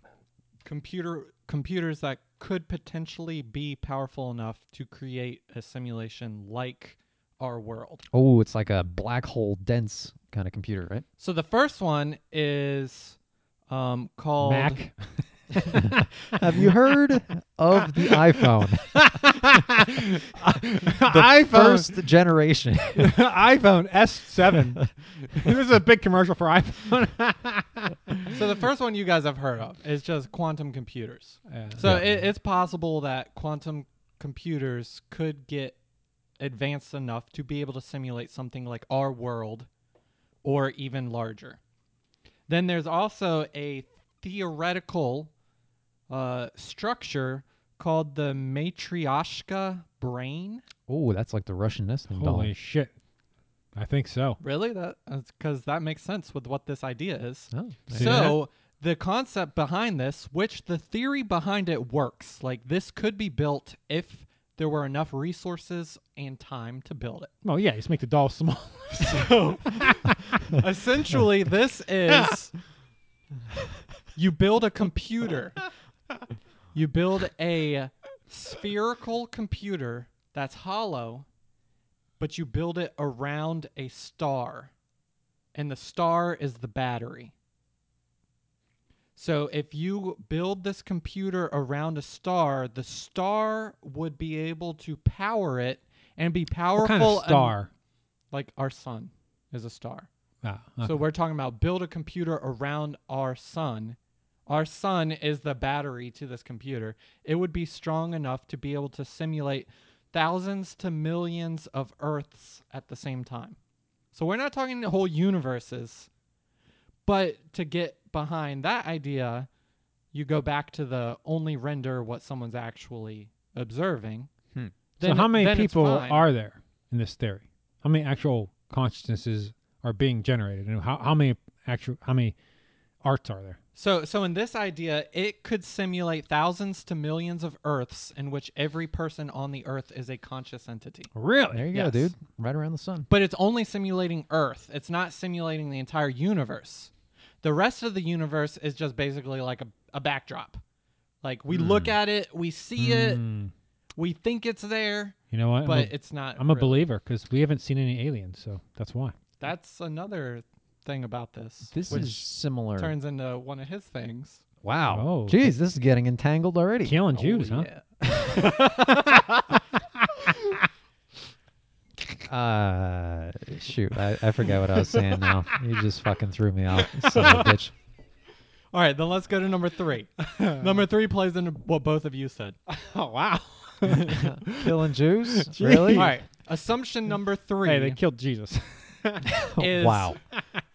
C: computer computers that could potentially be powerful enough to create a simulation like our world.
D: Oh, it's like a black hole dense kind of computer, right?
C: So the first one is um, called
B: Mac.
D: Have you heard of the iPhone? The first generation.
B: iPhone S7. this is a big commercial for iPhone.
C: So the first one you guys have heard of is just quantum computers. So it, it's possible that quantum computers could get advanced enough to be able to simulate something like our world or even larger. Then there's also a theoretical uh, structure called the Matryoshka brain.
D: oh, that's like the Russian nesting doll.
B: Holy shit. I think so.
C: Really? That because that makes sense with what this idea is.
D: Oh, nice.
B: See
C: So the concept behind this, which the theory behind it works, like this could be built if there were enough resources and time to build it.
B: Well, yeah, just make the doll small.
C: So essentially, this is you build a computer, you build a spherical computer that's hollow, but you build it around a star and the star is the battery. So if you build this computer around a star, the star would be able to power it and be powerful.
B: What kind of
C: en-
B: star?
C: like our sun is a star.
B: Ah, okay.
C: So we're talking about build a computer around our sun. Our sun is the battery to this computer. It would be strong enough to be able to simulate thousands to millions of Earths at the same time. So we're not talking the whole universes. But to get behind that idea, you go back to the only render what someone's actually observing.
D: Hmm.
B: So
C: Then
B: how
C: it-
B: many
C: then it's
B: people
C: fine.
B: are there in this theory? How many actual consciousnesses are being generated, and how, how many actual how many arts are there?
C: So, so in this idea, it could simulate thousands to millions of Earths in which every person on the Earth is a conscious entity.
B: Oh, Really?
D: There you
C: Yes.
D: go, dude. Right around the sun.
C: But it's only simulating Earth. It's not simulating the entire universe. The rest of the universe is just basically like a, a backdrop. Like we look at it, we see it,
B: Hmm.
C: we think it's there,
B: You know what? I'm
C: but
B: a-
C: it's not.
B: I'm a
C: real.
B: believer because we haven't seen any aliens, so that's why.
C: That's another thing about this.
D: This
C: which
D: is similar.
C: turns into one of his things.
D: wow.
B: Oh.
D: Jeez, this is getting entangled already.
B: Killing
C: Oh,
B: Jews, huh?
D: Uh, shoot, I, I forgot what I was saying now. You just fucking threw me off, son of a bitch.
C: All right, then let's go to number three. number three plays into what both of you said.
B: Oh wow!
D: Killing Jews? Really?
C: All right. Assumption number three
B: Hey, they killed Jesus.
C: is
D: Wow.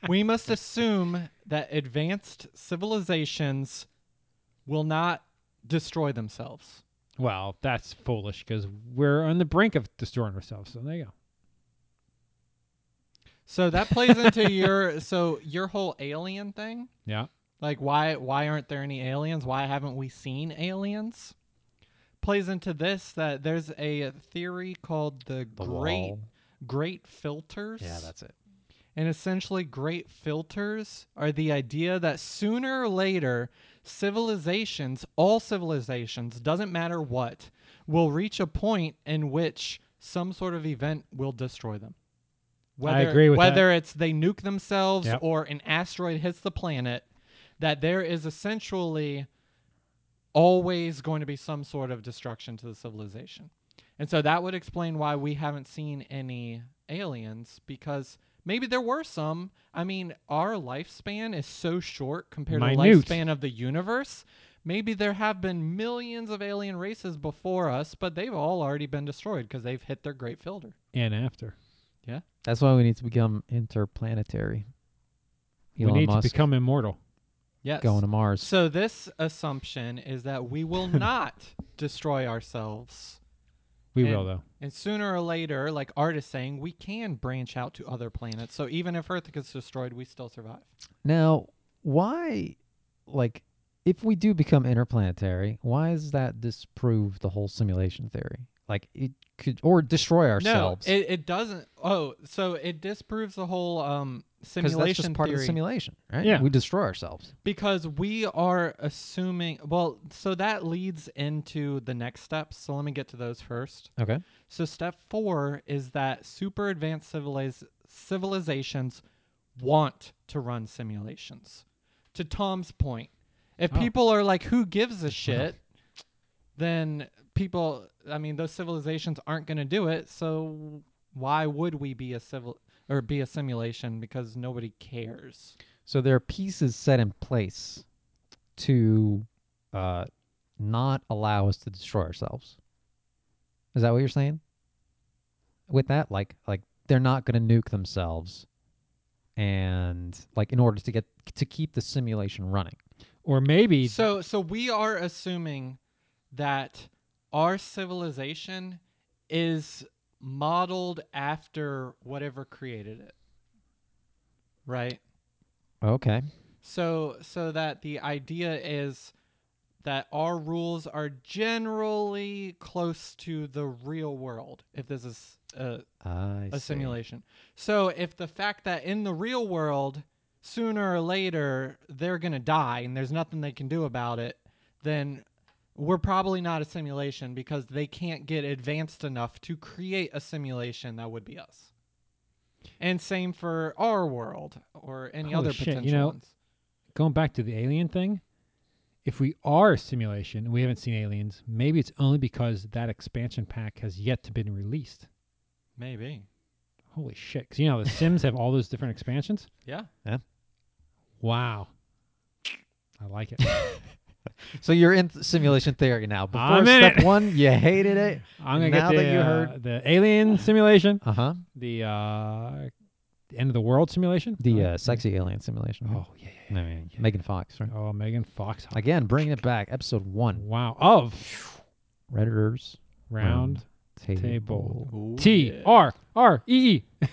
C: we must assume that advanced civilizations will not destroy themselves.
B: well, that's foolish because we're on the brink of destroying ourselves. So there you go.
C: So that plays into your so your whole alien thing.
B: Yeah.
C: Like why why aren't there any aliens? Why haven't we seen aliens? Plays into this that there's a theory called the,
D: The
C: great
D: wall.
C: great filters.
D: Yeah, that's it.
C: And essentially, great filters are the idea that sooner or later, civilizations, all civilizations, doesn't matter what, will reach a point in which some sort of event will destroy them. Whether,
B: agree with
C: Whether it's they nuke themselves
B: Yep.
C: or an asteroid hits the planet, that there is essentially always going to be some sort of destruction to the civilization. And so that would explain why we haven't seen any aliens because maybe there were some. I mean, our lifespan is so short compared
B: Minute.
C: to the lifespan of the universe. Maybe there have been millions of alien races before us, but they've all already been destroyed because they've hit their great filter.
B: And after
D: That's why we need to become interplanetary. Elon
B: we need
D: Musk
B: to become immortal.
C: Yes.
D: going to Mars.
C: So this assumption is that we will not destroy ourselves.
B: We
C: And-
B: will though.
C: And sooner or later, like Art is saying, we can branch out to other planets. So even if Earth gets destroyed, we still survive.
D: Now, why, like, if we do become interplanetary, why does that disprove the whole simulation theory? Like, it could, or destroy ourselves.
C: No, it, it doesn't. Oh, so it disproves the whole um,
D: because
C: simulation
D: that's just part
C: theory
D: of the simulation, right?
B: Yeah.
D: We destroy ourselves.
C: because we are assuming. Well, so that leads into the next steps. So let me get to those first.
D: Okay.
C: So step four is that super advanced civiliz- civilizations want to run simulations. To Tom's point, if
B: Oh.
C: people are like, "Who gives a shit?" then people, I mean, those civilizations aren't going to do it. So why would we be a civil or be a simulation? Because nobody cares.
D: So there are pieces set in place to uh, not allow us to destroy ourselves. Is that what you're saying? With that, like, like they're not going to nuke themselves, and like in order to get to keep the simulation running.
B: Or maybe
C: So, so we are assuming that our civilization is modeled after whatever created it, right?
D: Okay.
C: So, so that the idea is that our rules are generally close to the real world. If this is uh,
D: I
C: a
D: see.
C: simulation. So if the fact that in the real world, sooner or later they're gonna die and there's nothing they can do about it, then we're probably not a simulation because they can't get advanced enough to create a simulation that would be us. And same for our world or any
B: Holy
C: other
B: shit, you
C: potential
B: know-
C: ones.
B: Going back to the alien thing, if we are a simulation and we haven't seen aliens, maybe it's only because that expansion pack has yet to been released.
C: Maybe.
B: Holy shit! Because you know the Sims have all those different expansions.
C: Yeah.
B: Wow, I like it.
D: So you're in th- simulation theory now. Before
B: I'm in
D: step
B: it.
D: one, you hated it.
B: I'm gonna
D: Now
B: get the,
D: that you
B: uh,
D: heard-
B: the alien simulation,
D: Uh huh.
B: the uh, end of the world simulation,
D: The
B: Oh,
D: uh, sexy alien simulation.
B: oh yeah,
D: I
B: yeah, yeah,
D: mean, Megan Fox. Right?
B: yeah. oh Megan Fox,
D: Again, bringing it back. Episode one.
B: wow, of
D: Redditors
B: round
D: table.
B: Table. T R R E E.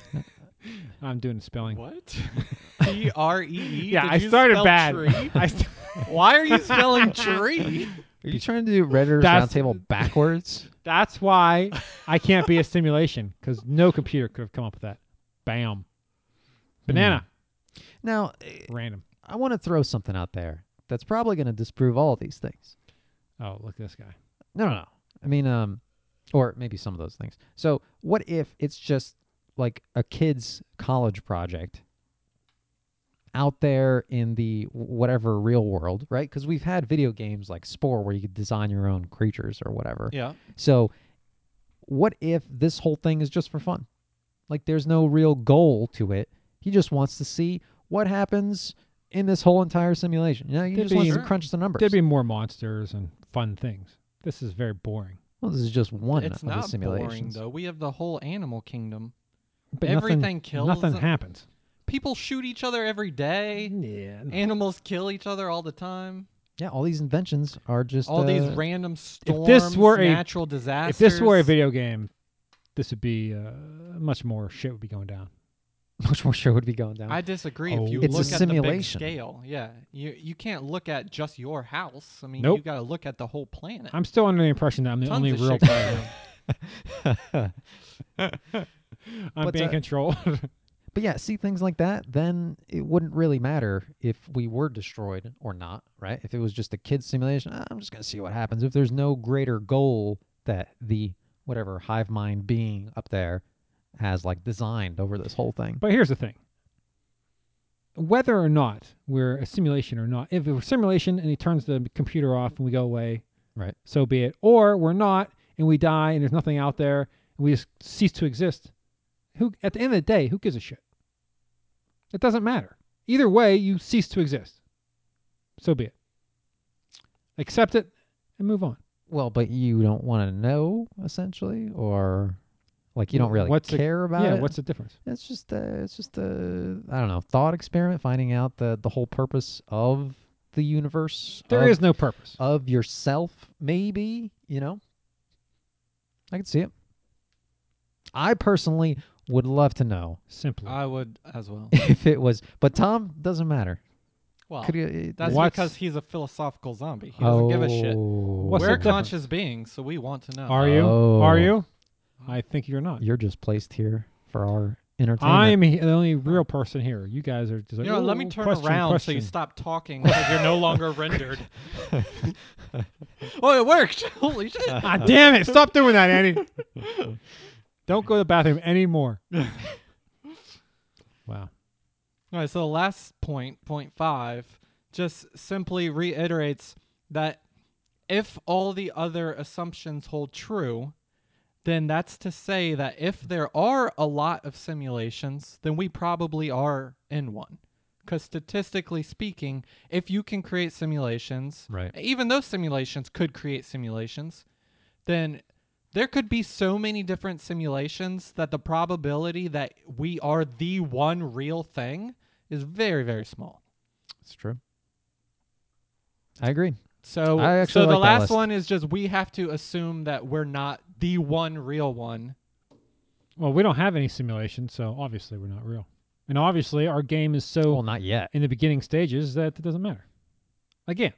B: I'm doing the spelling.
C: What? T R E E.
B: Yeah,
C: Did
B: I
C: you
B: started
C: spell
B: bad.
C: tree?
B: I st-
C: Why are you spelling tree?
D: Are you trying to do Redditors
B: That's-
D: round table backwards?
B: That's why I can't be a simulation because no computer could have come up with that.
D: Hmm.
B: Bam, banana,
D: now,
B: random.
D: I want to throw something out there that's probably going to disprove all of these things.
B: Oh, look at this guy.
D: No, no, no. I mean, um, or maybe some of those things. So, what if it's just like a kid's college project out there in the wh- whatever real world, right? Because we've had video games like Spore where you could design your own creatures or whatever.
C: Yeah.
D: So, what if this whole thing is just for fun? Like, there's no real goal to it. He just wants to see what happens in this whole entire simulation. You know, he
B: There'd
D: just wants
B: be-
D: to crunch the numbers.
B: There'd be more monsters and fun things. This is very boring.
D: well, this is just one
C: It's
D: of the
C: not boring
D: simulations.
C: though. We have the whole animal kingdom.
B: But
C: Everything
B: nothing,
C: kills
B: Nothing
C: them.
B: happens.
C: People shoot each other every day.
B: Yeah.
C: Animals kill each other all the time.
D: Yeah, all these inventions are just
C: All these
D: uh,
C: random
B: if
C: storms,
B: this were a-
C: natural disasters.
B: If this were a video game, this would be uh, much more shit would be going down.
D: much more sure would be going down.
C: I disagree.
B: Oh.
C: If you
B: It's a
C: look at
D: simulation.
C: the big scale, yeah, you you can't look at just your house. I mean, you
B: Nope.
C: got to look at the whole planet.
B: I'm still under the impression that I'm the
C: Tons
B: only
C: of
B: real
C: shit going
B: player. I'm
D: But,
B: being
D: uh,
B: controlled.
D: but yeah, see things like that, then it wouldn't really matter if we were destroyed or not, right? If it was just a kid's simulation, "Ah, I'm just gonna see what happens. If there's no greater goal that the whatever hive mind being up there has like designed over this whole thing.
B: But here's the thing. Whether or not we're a simulation or not, if we're a simulation and he turns the computer off and we go away,
D: Right.
B: so be it. Or we're not and we die and there's nothing out there and we just cease to exist. Who at the end of the day, who gives a shit? It doesn't matter. Either way, you cease to exist. So be it. Accept it and move on.
D: Well, but you don't want to know essentially, or like you don't really
B: What's the-
D: care about
B: yeah,
D: it.
B: what's the difference?
D: it's just a, it's just a, I don't know, thought experiment, finding out the the whole purpose of the universe.
B: There
D: of,
B: is no purpose.
D: of yourself, maybe you know. I can see it. I personally would love to know
B: Simply.
D: uh,
C: I would as well.
D: if it was, but Tom doesn't matter.
C: Well,
D: Could you,
C: Oh,
D: uh,
C: that's
B: What's-
C: because he's a philosophical zombie. He doesn't give a shit.
B: Oh, What's
C: We're
B: the difference?
C: conscious beings, so we want to know.
B: Are you?
D: Oh.
B: Are you? I think you're not.
D: You're just placed here for our entertainment.
B: I'm he- the only real person here. You guys are just like,
C: You know, let me
B: "Ooh,
C: turn
B: question,
C: around so you
B: question."
C: stop talking because you're no longer rendered. oh, it worked! Holy shit!
B: ah, damn it! Stop doing that, Andy. Don't go to the bathroom anymore. wow.
C: All right, so the last point, point five, just simply reiterates that if all the other assumptions hold true, then that's to say that if there are a lot of simulations, then we probably are in one. Because statistically speaking, if you can create simulations,
D: Right.
C: even those simulations could create simulations, then there could be so many different simulations that the probability that we are the one real thing is very very small.
D: It's true. I agree.
C: So
D: I actually
C: so the
D: like that
C: last
D: list.
C: one is just we have to assume that we're not the one real one.
B: Well, we don't have any simulation, so obviously we're not real. And obviously our game is so
D: Well, not yet.
B: in the beginning stages that it doesn't matter. Again,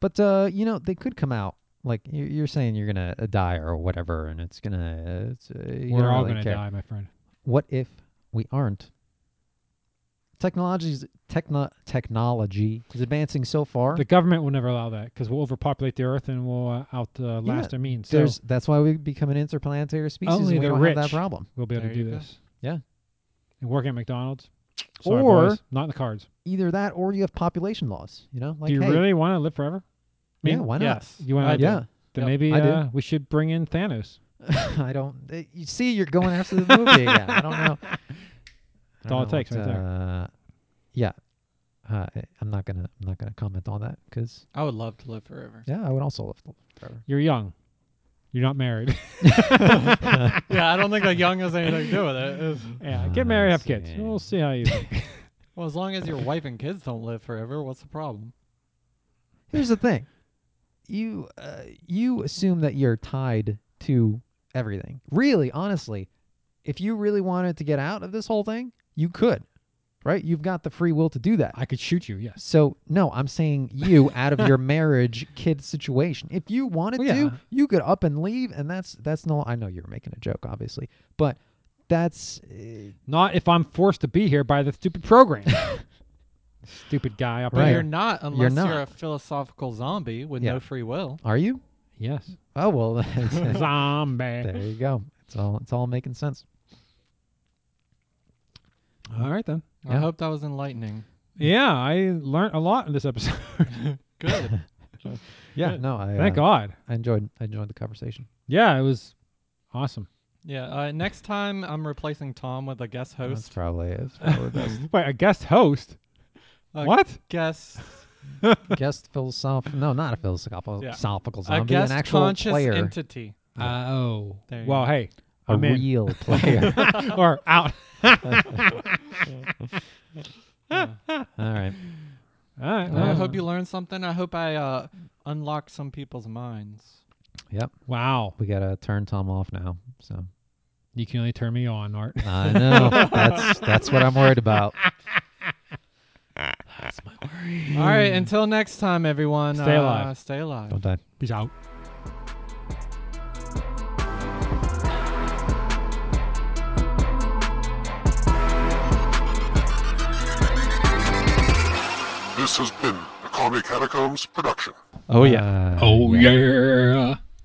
D: But uh, you know, they could come out like you- you're saying you're gonna uh, die or whatever, and it's gonna. It's, uh, you
B: we're
D: don't
B: all
D: really
B: going to
D: care.
B: die, my friend.
D: What if we aren't? Technology's techno technology is advancing so far.
B: The government will never allow that because we'll overpopulate the earth and we'll uh, out uh, last our means. So
D: There's that's why we become an interplanetary species.
B: Only
D: and we
B: the
D: don't have that
B: rich.
D: problem.
B: we'll be able
C: There
B: to
C: you
B: do
C: go.
B: this. and working at McDonald's. Sorry,
D: Or-
B: boys, not in the cards.
D: Either that or you have population laws, you know? Like,
B: Do you
D: hey,
B: really want to live forever? I mean,
D: yeah, why not?
C: Yes.
B: You want
C: I
B: to?
C: do.
D: Yeah.
C: Yep.
B: Then maybe
D: I do.
B: uh, we should bring in Thanos.
D: I don't. uh, You see, you're going after the movie again. I don't know. I don't
B: all it
D: know
B: takes
D: what,
B: right there.
D: Uh, yeah, uh, I- I'm not gonna. I'm not gonna comment on that because
C: I would love to live forever.
D: yeah, I would also love to live forever.
B: You're young. You're not married.
C: yeah, I don't think a young has anything to do with it. It's-
B: yeah,
D: Ah,
B: get married,
D: I
B: have kids.
D: see.
B: We'll see how you.
C: well, as long as your wife and kids don't live forever, what's the problem?
D: Here's the thing. You uh, you assume that you're tied to everything. Really, honestly, if you really wanted to get out of this whole thing, you could, right? You've got the free will to do that.
B: I could shoot you. Yes.
D: So no, I'm saying you out of your marriage kid situation. If you wanted
B: Well, yeah.
D: to, you could up and leave, and that's that's no. I know you were making a joke, obviously, but that's uh,
B: Not if I'm forced to be here by the stupid program. stupid guy up
C: But
D: Right.
B: there.
C: you're not unless you're,
D: not.
C: a philosophical zombie with
D: Yeah.
C: no free will.
D: are you?
B: Yes.
D: Oh well, that's- there
B: Zombie.
D: you go. It's all it's all making sense.
B: All right then.
C: I
D: Yeah.
C: hope that was enlightening.
B: Yeah, I learned a lot in this episode.
C: Good.
D: Yeah, no, I
B: Thank
D: uh,
B: God.
D: I enjoyed I enjoyed the conversation.
B: Yeah, it was awesome.
C: yeah. Uh, next time I'm replacing Tom with a guest
D: That's
C: host.
D: probably it's probably best.
B: Wait, a guest host?
C: A
B: what?
C: Guest.
D: guest philosophical, no, not a philosophical,
C: Yeah.
D: philosophical
C: A
D: zombie,
C: guest
D: an actual
C: conscious
D: player,
C: entity.
B: Oh.
C: There you
B: Well,
C: go.
B: hey,
D: a
B: I'm in.
D: real player.
B: or out.
D: all right,
B: All right.
C: I
B: well,
C: hope you learned something. I hope I uh, unlocked some people's minds.
D: yep,
B: Wow.
D: we gotta turn Tom off now. So.
B: You can only turn me on, Art.
D: I know. that's that's what I'm worried about.
C: All right. Until next time, everyone.
B: Stay
C: uh,
B: alive.
C: Stay alive.
D: Don't die.
B: Peace out.
A: This has been a Comedy Catacombs production.
D: Oh yeah.
B: Oh, yeah.